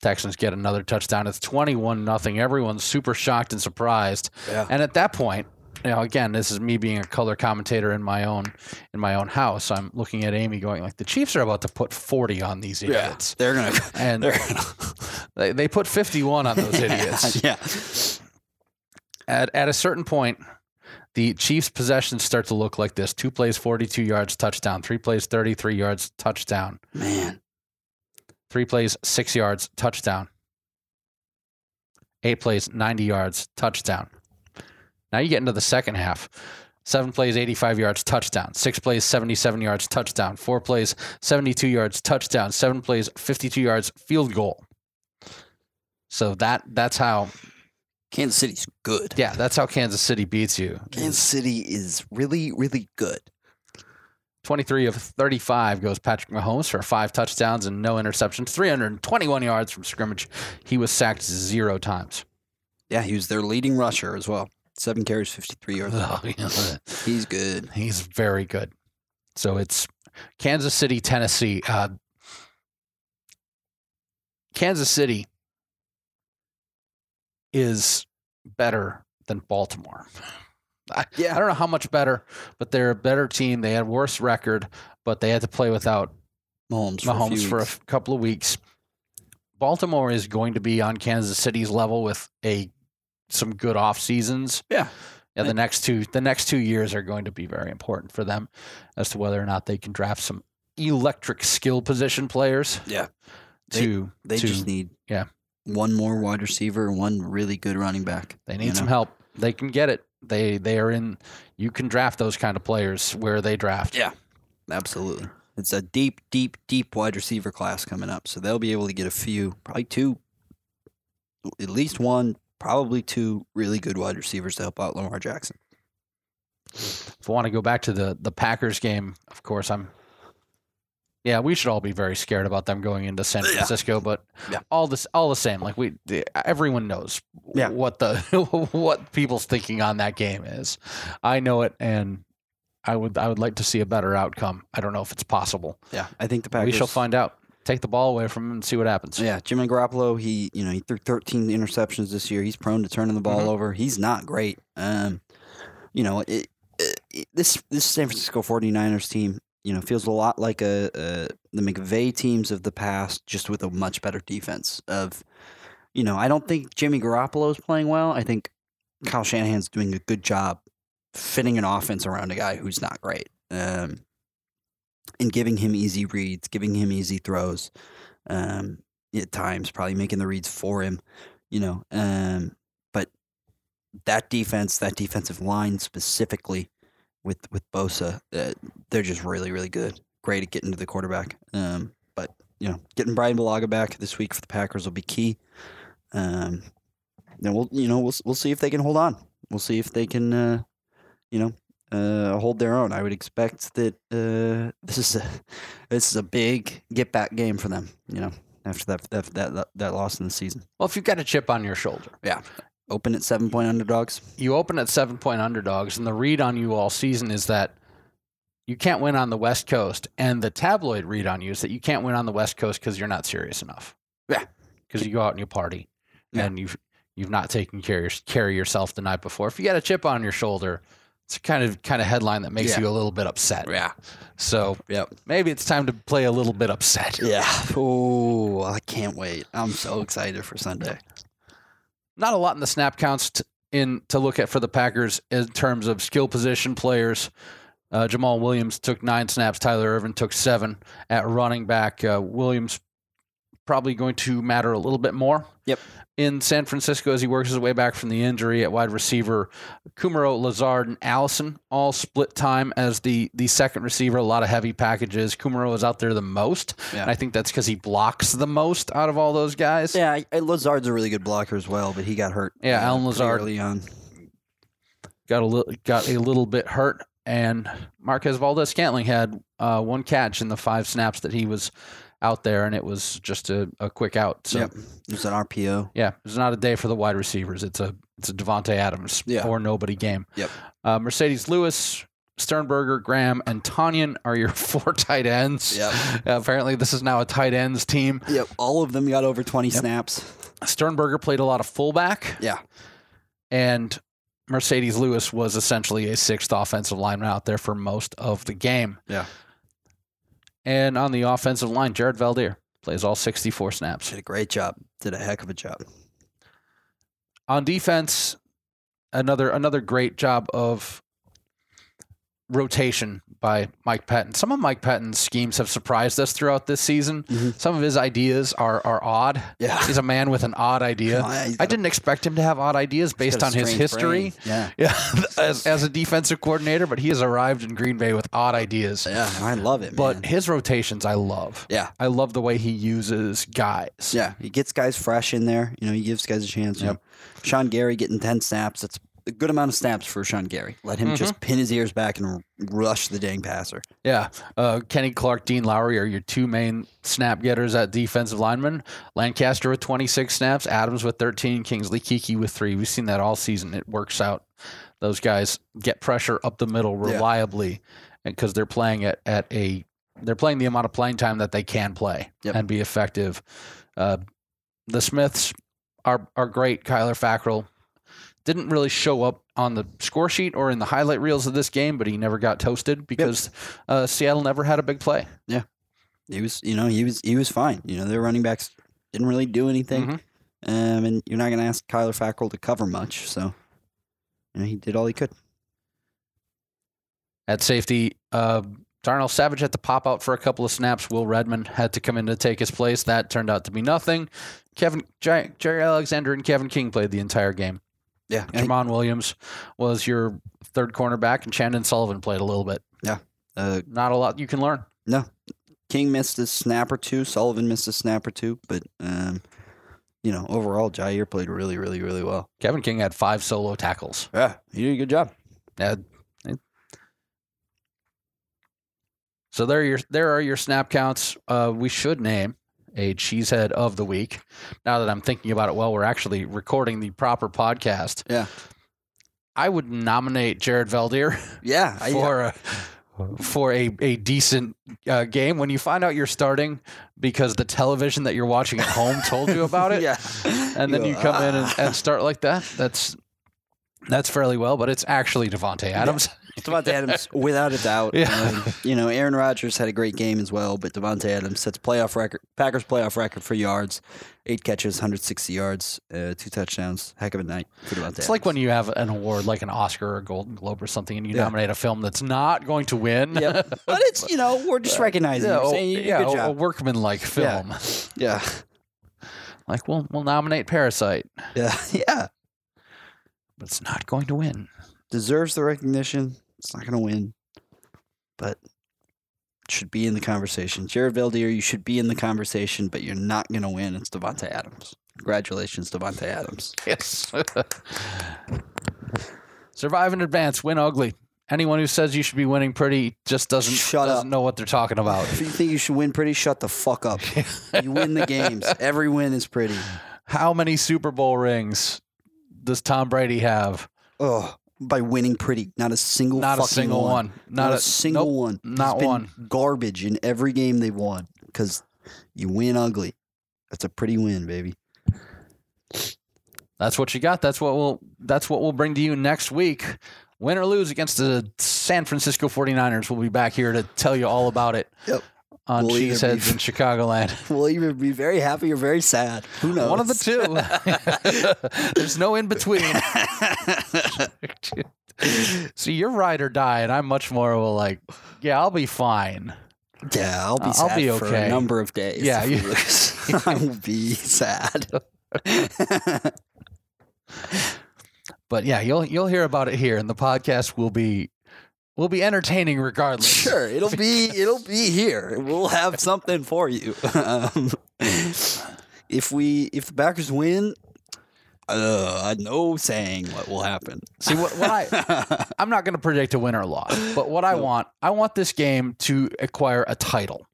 Speaker 1: Texans get another touchdown. It's 21 nothing. Everyone's super shocked and surprised.
Speaker 2: Yeah.
Speaker 1: And at that point, you know, again, this is me being a color commentator in my own in my own house. I'm looking at Amy going like the Chiefs are about to put 40 on these idiots.
Speaker 2: They're gonna.
Speaker 1: And
Speaker 2: They're gonna
Speaker 1: they, they put 51 on those idiots.
Speaker 2: yeah.
Speaker 1: At at a certain point, the Chiefs possessions start to look like this. Two plays 42 yards touchdown, three plays 33 yards touchdown,
Speaker 2: Man.
Speaker 1: three plays 6 yards touchdown. Eight plays 90 yards touchdown. Now you get into the second half. Seven plays, 85 yards, touchdown. Six plays, 77 yards, touchdown. Four plays, 72 yards, touchdown. Seven plays, 52 yards, field goal. So that that's how
Speaker 2: Kansas City's good.
Speaker 1: yeah that's how Kansas City beats you.
Speaker 2: Kansas City is really, really good.
Speaker 1: 23 of 35 goes Patrick Mahomes for five touchdowns and no interceptions, 321 yards from scrimmage. He was sacked zero times.
Speaker 2: Yeah, he was their leading rusher as well. Seven carries, 53 yards. He's good.
Speaker 1: He's very good. So it's Kansas City, Tennessee. Uh, Kansas City is better than Baltimore. I
Speaker 2: Yeah.
Speaker 1: don't know how much better, but they're a better team. They had worse record, but they had to play without
Speaker 2: Mahomes,
Speaker 1: Mahomes
Speaker 2: few
Speaker 1: for a
Speaker 2: weeks.
Speaker 1: f- couple of weeks. Baltimore is going to be on Kansas City's level with a some good off seasons.
Speaker 2: Yeah.
Speaker 1: Yeah, the next two the next two years are going to be very important for them as to whether or not they can draft some electric skill position players.
Speaker 2: Yeah. They-
Speaker 1: To
Speaker 2: They
Speaker 1: to-
Speaker 2: just need
Speaker 1: yeah.
Speaker 2: one more wide receiver and one really good running back.
Speaker 1: they
Speaker 2: you
Speaker 1: need some
Speaker 2: know?
Speaker 1: help. They can get it. They they are in you can draft those kind of players where they draft.
Speaker 2: Yeah. Absolutely. It's a deep, deep, deep wide receiver class coming up. So they'll be able to get a few, probably two, at least one, probably two really good wide receivers to help out Lamar Jackson.
Speaker 1: If I want to go back to the the Packers game, of course I'm. Yeah, we should all be very scared about them going into San
Speaker 2: Yeah.
Speaker 1: Francisco, but
Speaker 2: Yeah.
Speaker 1: all this all the same, like we the- everyone knows
Speaker 2: Yeah.
Speaker 1: what the what people's thinking on that game is. I know it, and I would I would like to see a better outcome. I don't know if it's possible.
Speaker 2: Yeah. I think the Packers.
Speaker 1: We shall find out. Take the ball away from him and see what happens.
Speaker 2: Yeah, Jimmy Garoppolo, he you know he threw 13 interceptions this year. He's prone to turning the ball
Speaker 1: Mhm.
Speaker 2: over. He's not great. Um, you know, it, it, it- this this San Francisco 49ers team, you know, feels a lot like a, a the McVay teams of the past, just with a much better defense. Of, you know, I don't think Jimmy Garoppolo is playing well. I think Kyle Shanahan's doing a good job fitting an offense around a guy who's not great. Um, and giving him easy reads, giving him easy throws um, at times, probably making the reads for him, you know. Um, but that defense, that defensive line specifically with with Bosa, uh, they're just really, really good. Great at getting to the quarterback. Um, but you know, getting Brian Balaga back this week for the Packers will be key. Um, then we'll you know we'll s- we'll see if they can hold on. We'll see if they can uh, you know. Uh, hold their own. I would expect that uh, this is a this is a big get back game for them. You know, after that that that, that, that loss in the season,
Speaker 1: Well, if you've got a chip on your shoulder,
Speaker 2: open at seven point underdogs.
Speaker 1: you open at seven point underdogs, and the read on you all season is that you can't win on the West Coast, and the tabloid read on you is that you can't win on the West Coast because you're not serious enough.
Speaker 2: Yeah.
Speaker 1: because you go out and you party,
Speaker 2: Yeah.
Speaker 1: and you've you've not taken care of- care of yourself the night before. If you got a chip on your shoulder, it's a kind of kind of headline that makes
Speaker 2: Yeah.
Speaker 1: you a little bit upset.
Speaker 2: Yeah,
Speaker 1: So
Speaker 2: Yep.
Speaker 1: maybe it's time to play a little bit upset.
Speaker 2: yeah. Oh, I can't wait. I'm so excited for Sunday.
Speaker 1: not a lot in the snap counts t- in to look at for the Packers in terms of skill position players. Uh, Jamal Williams took nine snaps. Tyler Irvin took seven at running back. Uh, Williams probably going to matter a little bit more.
Speaker 2: Yep.
Speaker 1: In San Francisco, as he works his way back from the injury at wide receiver, Kumaro, Lazard, and Allison all split time as the the second receiver. A lot of heavy packages. Kumaro is out there the most.
Speaker 2: Yeah.
Speaker 1: And I think that's because he blocks the most out of all those guys.
Speaker 2: Yeah, I, I, Lazard's a really good blocker as well, but he got hurt. uh,
Speaker 1: Yeah, Alan
Speaker 2: pretty
Speaker 1: Lazard.
Speaker 2: early on.
Speaker 1: got a little got a little bit hurt, and Marquez Valdez Scantling had uh, one catch in the five snaps that he was out there, and it was just a, a quick out. So
Speaker 2: Yep. It was an RPO.
Speaker 1: yeah, it's not a day for the wide receivers. It's a it's a Devonte Adams
Speaker 2: Yeah.
Speaker 1: or nobody game.
Speaker 2: Yep.
Speaker 1: Uh, Mercedes Lewis. Sternberger, Graham, and Tanyan are your four tight ends.
Speaker 2: Yep.
Speaker 1: Apparently, this is now a tight ends team.
Speaker 2: Yep. All of them got over 20 snaps.
Speaker 1: Sternberger played a lot of fullback.
Speaker 2: Yeah.
Speaker 1: And Mercedes Lewis was essentially a sixth offensive lineman out there for most of the game.
Speaker 4: Yeah.
Speaker 1: And on the offensive line, Jared Valdir plays all 64 snaps.
Speaker 2: Did a great job. Did a heck of a job.
Speaker 1: On defense, another another great job of rotation by Mike Patton. Some of Mike Patton's schemes have surprised us throughout this season.
Speaker 2: Mhm.
Speaker 1: Some of his ideas are are odd.
Speaker 2: Yeah.
Speaker 1: He's a man with an odd idea.
Speaker 2: Oh, yeah, he's
Speaker 1: I
Speaker 2: got a-
Speaker 1: didn't expect him to have odd ideas based
Speaker 2: Got
Speaker 1: on
Speaker 2: a
Speaker 1: his
Speaker 2: strange
Speaker 1: history.
Speaker 2: brain. Yeah.
Speaker 1: Yeah, as, as a defensive coordinator, but he has arrived in Green Bay with odd ideas.
Speaker 2: Yeah. I love it,
Speaker 1: But
Speaker 2: man.
Speaker 1: his rotations, I love.
Speaker 2: Yeah.
Speaker 1: I love the way he uses guys.
Speaker 2: Yeah. He gets guys fresh in there. You know, he gives guys a chance. you know. Sean Gary getting 10 snaps. That's a good amount of snaps for Sean Gary. Let him just pin his ears back and r- rush the dang passer.
Speaker 1: Yeah. Uh, Kenny Clark, Dean Lowry are your two main snap getters at defensive lineman. Lancaster with 26 snaps, Adams with 13, Kingsley Kiki with three. We've seen that all season. It works out. Those guys get pressure up the middle reliably because they're playing at, at a they're playing the amount of playing time that they can play
Speaker 2: Yep.
Speaker 1: and be effective. Uh, the Smiths are are great. Kyler Fackrell didn't really show up on the score sheet or in the highlight reels of this game, but he never got toasted because uh, Seattle never had a big play.
Speaker 2: He was, you know, he was he was fine. You know, their running backs didn't really do anything.
Speaker 1: Mhm.
Speaker 2: Um, and you're not going to ask Kyler Fackrell to cover much. So, you know, he did all he could.
Speaker 1: At safety, uh, Darnell Savage had to pop out for a couple of snaps. Will Redmond had to come in to take his place. That turned out to be nothing. Kevin J- Jerry Alexander and Kevin King played the entire game.
Speaker 2: Yeah. I think,
Speaker 1: Jamon Williams was your third cornerback, and Shandon Sullivan played a little bit.
Speaker 2: uh,
Speaker 1: Not a lot you can learn.
Speaker 2: King missed a snap or two. Sullivan missed a snap or two. But, um, you know, overall, Jair played really, really, really well.
Speaker 1: Kevin King had five solo tackles.
Speaker 2: Yeah, he did a good job.
Speaker 1: Yeah. So there are your there are your snap counts. Uh, we should name a cheesehead of the week. Now that I'm thinking about it, well, we're actually recording the proper podcast.
Speaker 2: Yeah.
Speaker 1: I would nominate Jared Valdir
Speaker 2: Yeah, I- uh,
Speaker 1: for a, for a a decent uh, game when you find out you're starting because the television that you're watching at home told you about it
Speaker 2: yeah.
Speaker 1: and then
Speaker 2: go,
Speaker 1: you come in and,
Speaker 2: "Ah."
Speaker 1: and start like that. That's that's fairly well, but it's actually Devonte Adams.
Speaker 2: Devontae Adams, without a doubt.
Speaker 1: Yeah.
Speaker 2: Um, you know, Aaron Rodgers had a great game as well, but Devontae Adams sets playoff record, Packers playoff record for yards, eight catches, 160 yards, uh, two touchdowns. Heck of a night for Devontae.
Speaker 1: It's like when you have an award, like an Oscar or a Golden Globe or something, and you
Speaker 2: Yeah.
Speaker 1: nominate a film that's not going to win.
Speaker 2: Yep. but it's you know we're just recognizing.
Speaker 1: Uh, yeah,
Speaker 2: it. We're
Speaker 1: o-
Speaker 2: saying you did a
Speaker 1: yeah, oh,
Speaker 2: good
Speaker 1: a- a
Speaker 2: job.
Speaker 1: workmanlike film.
Speaker 2: yeah,
Speaker 1: Like, we'll we'll nominate Parasite,
Speaker 2: yeah, yeah.
Speaker 1: but it's not going to win.
Speaker 2: Deserves the recognition. It's not going to win, but should be in the conversation. Jared Valdir, you should be in the conversation, but you're not going to win. It's Devontae Adams. Congratulations, Devontae Adams.
Speaker 1: Yes. Survive and advance. Win ugly. Anyone who says you should be winning pretty just doesn't
Speaker 2: Shut
Speaker 1: doesn't
Speaker 2: up.
Speaker 1: know what they're talking about.
Speaker 2: If you think you should win pretty, shut the fuck up. you win the games. Every win is pretty.
Speaker 1: How many Super Bowl rings does Tom Brady have?
Speaker 2: Oh, by winning pretty, not a single,
Speaker 1: Not a
Speaker 2: fucking
Speaker 1: single one.
Speaker 2: not, a, single
Speaker 1: nope.
Speaker 2: one. It's
Speaker 1: not
Speaker 2: been
Speaker 1: one.
Speaker 2: Garbage in every game they've won because you win ugly. That's a pretty win, baby.
Speaker 1: That's what you got. That's what we'll that's what we'll bring to you next week. Win or lose against the San Francisco 49ers. We'll be back here to tell you all about it
Speaker 2: Yep.
Speaker 1: on
Speaker 2: We'll either
Speaker 1: Cheeseheads
Speaker 2: be-
Speaker 1: in Chicagoland.
Speaker 2: We'll either be very happy or very sad. Who knows?
Speaker 1: One of the two. There's no in between. See, you're ride or die, and I'm much more of a like, yeah, I'll be fine.
Speaker 2: Yeah, I'll be
Speaker 1: Uh, I'll
Speaker 2: sad
Speaker 1: be
Speaker 2: for
Speaker 1: okay.
Speaker 2: a number of days.
Speaker 1: Yeah,
Speaker 2: if
Speaker 1: you-
Speaker 2: we lose. I will be sad.
Speaker 1: But yeah, you'll you'll hear about it here, and the podcast will be will be entertaining regardless.
Speaker 2: Sure, it'll be it'll be here. We'll have something for you. Um, if we if the backers win, uh, no saying what will happen.
Speaker 1: See what, what I I'm not going to predict a win or loss, but what I want, I want this game to acquire a title.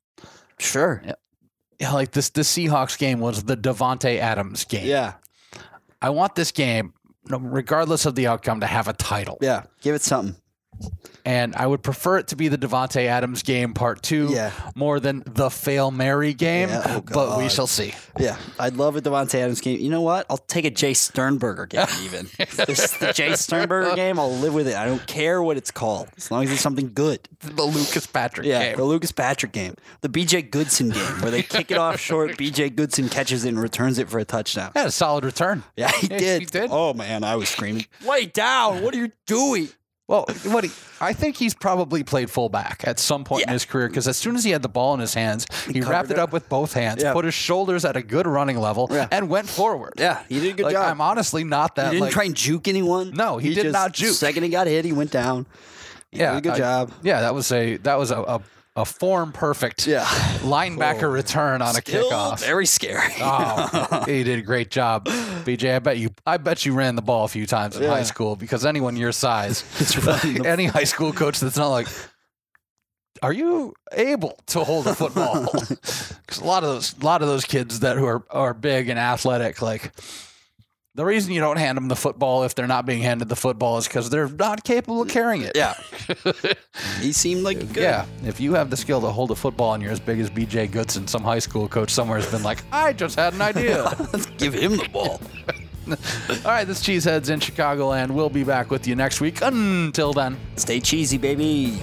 Speaker 2: Sure.
Speaker 1: Yeah, Like this, the Seahawks game was the Devonte Adams game.
Speaker 2: Yeah,
Speaker 1: I want this game, no- regardless of the outcome, to have a title.
Speaker 2: yeah. Give it something.
Speaker 1: and I would prefer it to be the Devonte Adams game part two
Speaker 2: Yeah.
Speaker 1: more than the fail Mary game.
Speaker 2: Yeah, oh
Speaker 1: but we
Speaker 2: God.
Speaker 1: shall see.
Speaker 2: Yeah, I'd love a Devontae Adams game. You know what? I'll take a Jay Sternberger game even. If this is the Jay Sternberger game, I'll live with it. I don't care what it's called, as long as it's something good.
Speaker 1: The Lucas Patrick
Speaker 2: Yeah,
Speaker 1: game.
Speaker 2: the Lucas Patrick game, the BJ Goodson game, where they kick it off short. BJ Goodson catches it and returns it for a touchdown.
Speaker 1: Had a solid return.
Speaker 2: Yeah, he
Speaker 1: Yeah,
Speaker 2: did.
Speaker 1: he did.
Speaker 2: Oh man, I was screaming. Lay down! What are you doing?
Speaker 1: Well, what he, I think he's probably played fullback at some point in
Speaker 2: Yeah.
Speaker 1: his career because as soon as he had the ball in his hands, he, wrapped
Speaker 2: covered
Speaker 1: it
Speaker 2: it.
Speaker 1: up with both hands,
Speaker 2: Yeah.
Speaker 1: put his shoulders at a good running level,
Speaker 2: Yeah.
Speaker 1: and went forward.
Speaker 2: Yeah, he did a good
Speaker 1: like,
Speaker 2: job.
Speaker 1: I'm honestly not
Speaker 2: he
Speaker 1: that.
Speaker 2: didn't
Speaker 1: like,
Speaker 2: try and juke anyone.
Speaker 1: No, he did
Speaker 2: just-
Speaker 1: not juke.
Speaker 2: Second he got hit, he went down. He
Speaker 1: yeah,
Speaker 2: did a good
Speaker 1: I-
Speaker 2: job.
Speaker 1: Yeah, that was a that was a a, a form perfect
Speaker 2: Yeah.
Speaker 1: linebacker return on a
Speaker 2: Still
Speaker 1: kickoff.
Speaker 2: Very scary.
Speaker 1: Oh, he did a great job, BJ. I bet you. I bet you ran the ball a few times in high
Speaker 2: Yeah.
Speaker 1: school because anyone your size,
Speaker 2: It's running the
Speaker 1: any high school coach that's not like, are you able to hold a football? Because a lot of those, a lot of those kids that who are are big and athletic, like. The reason you don't hand them the football if they're not being handed the football is because they're not capable of carrying it.
Speaker 2: Yeah. he seemed like good.
Speaker 1: Yeah, if you have the skill to hold a football and you're as big as BJ Goodson, some high school coach somewhere has been like, I just had an idea.
Speaker 2: Let's give him the ball.
Speaker 1: All right, this Cheesehead's in Chicagoland. We'll be back with you next week. Until then.
Speaker 2: Stay cheesy, baby.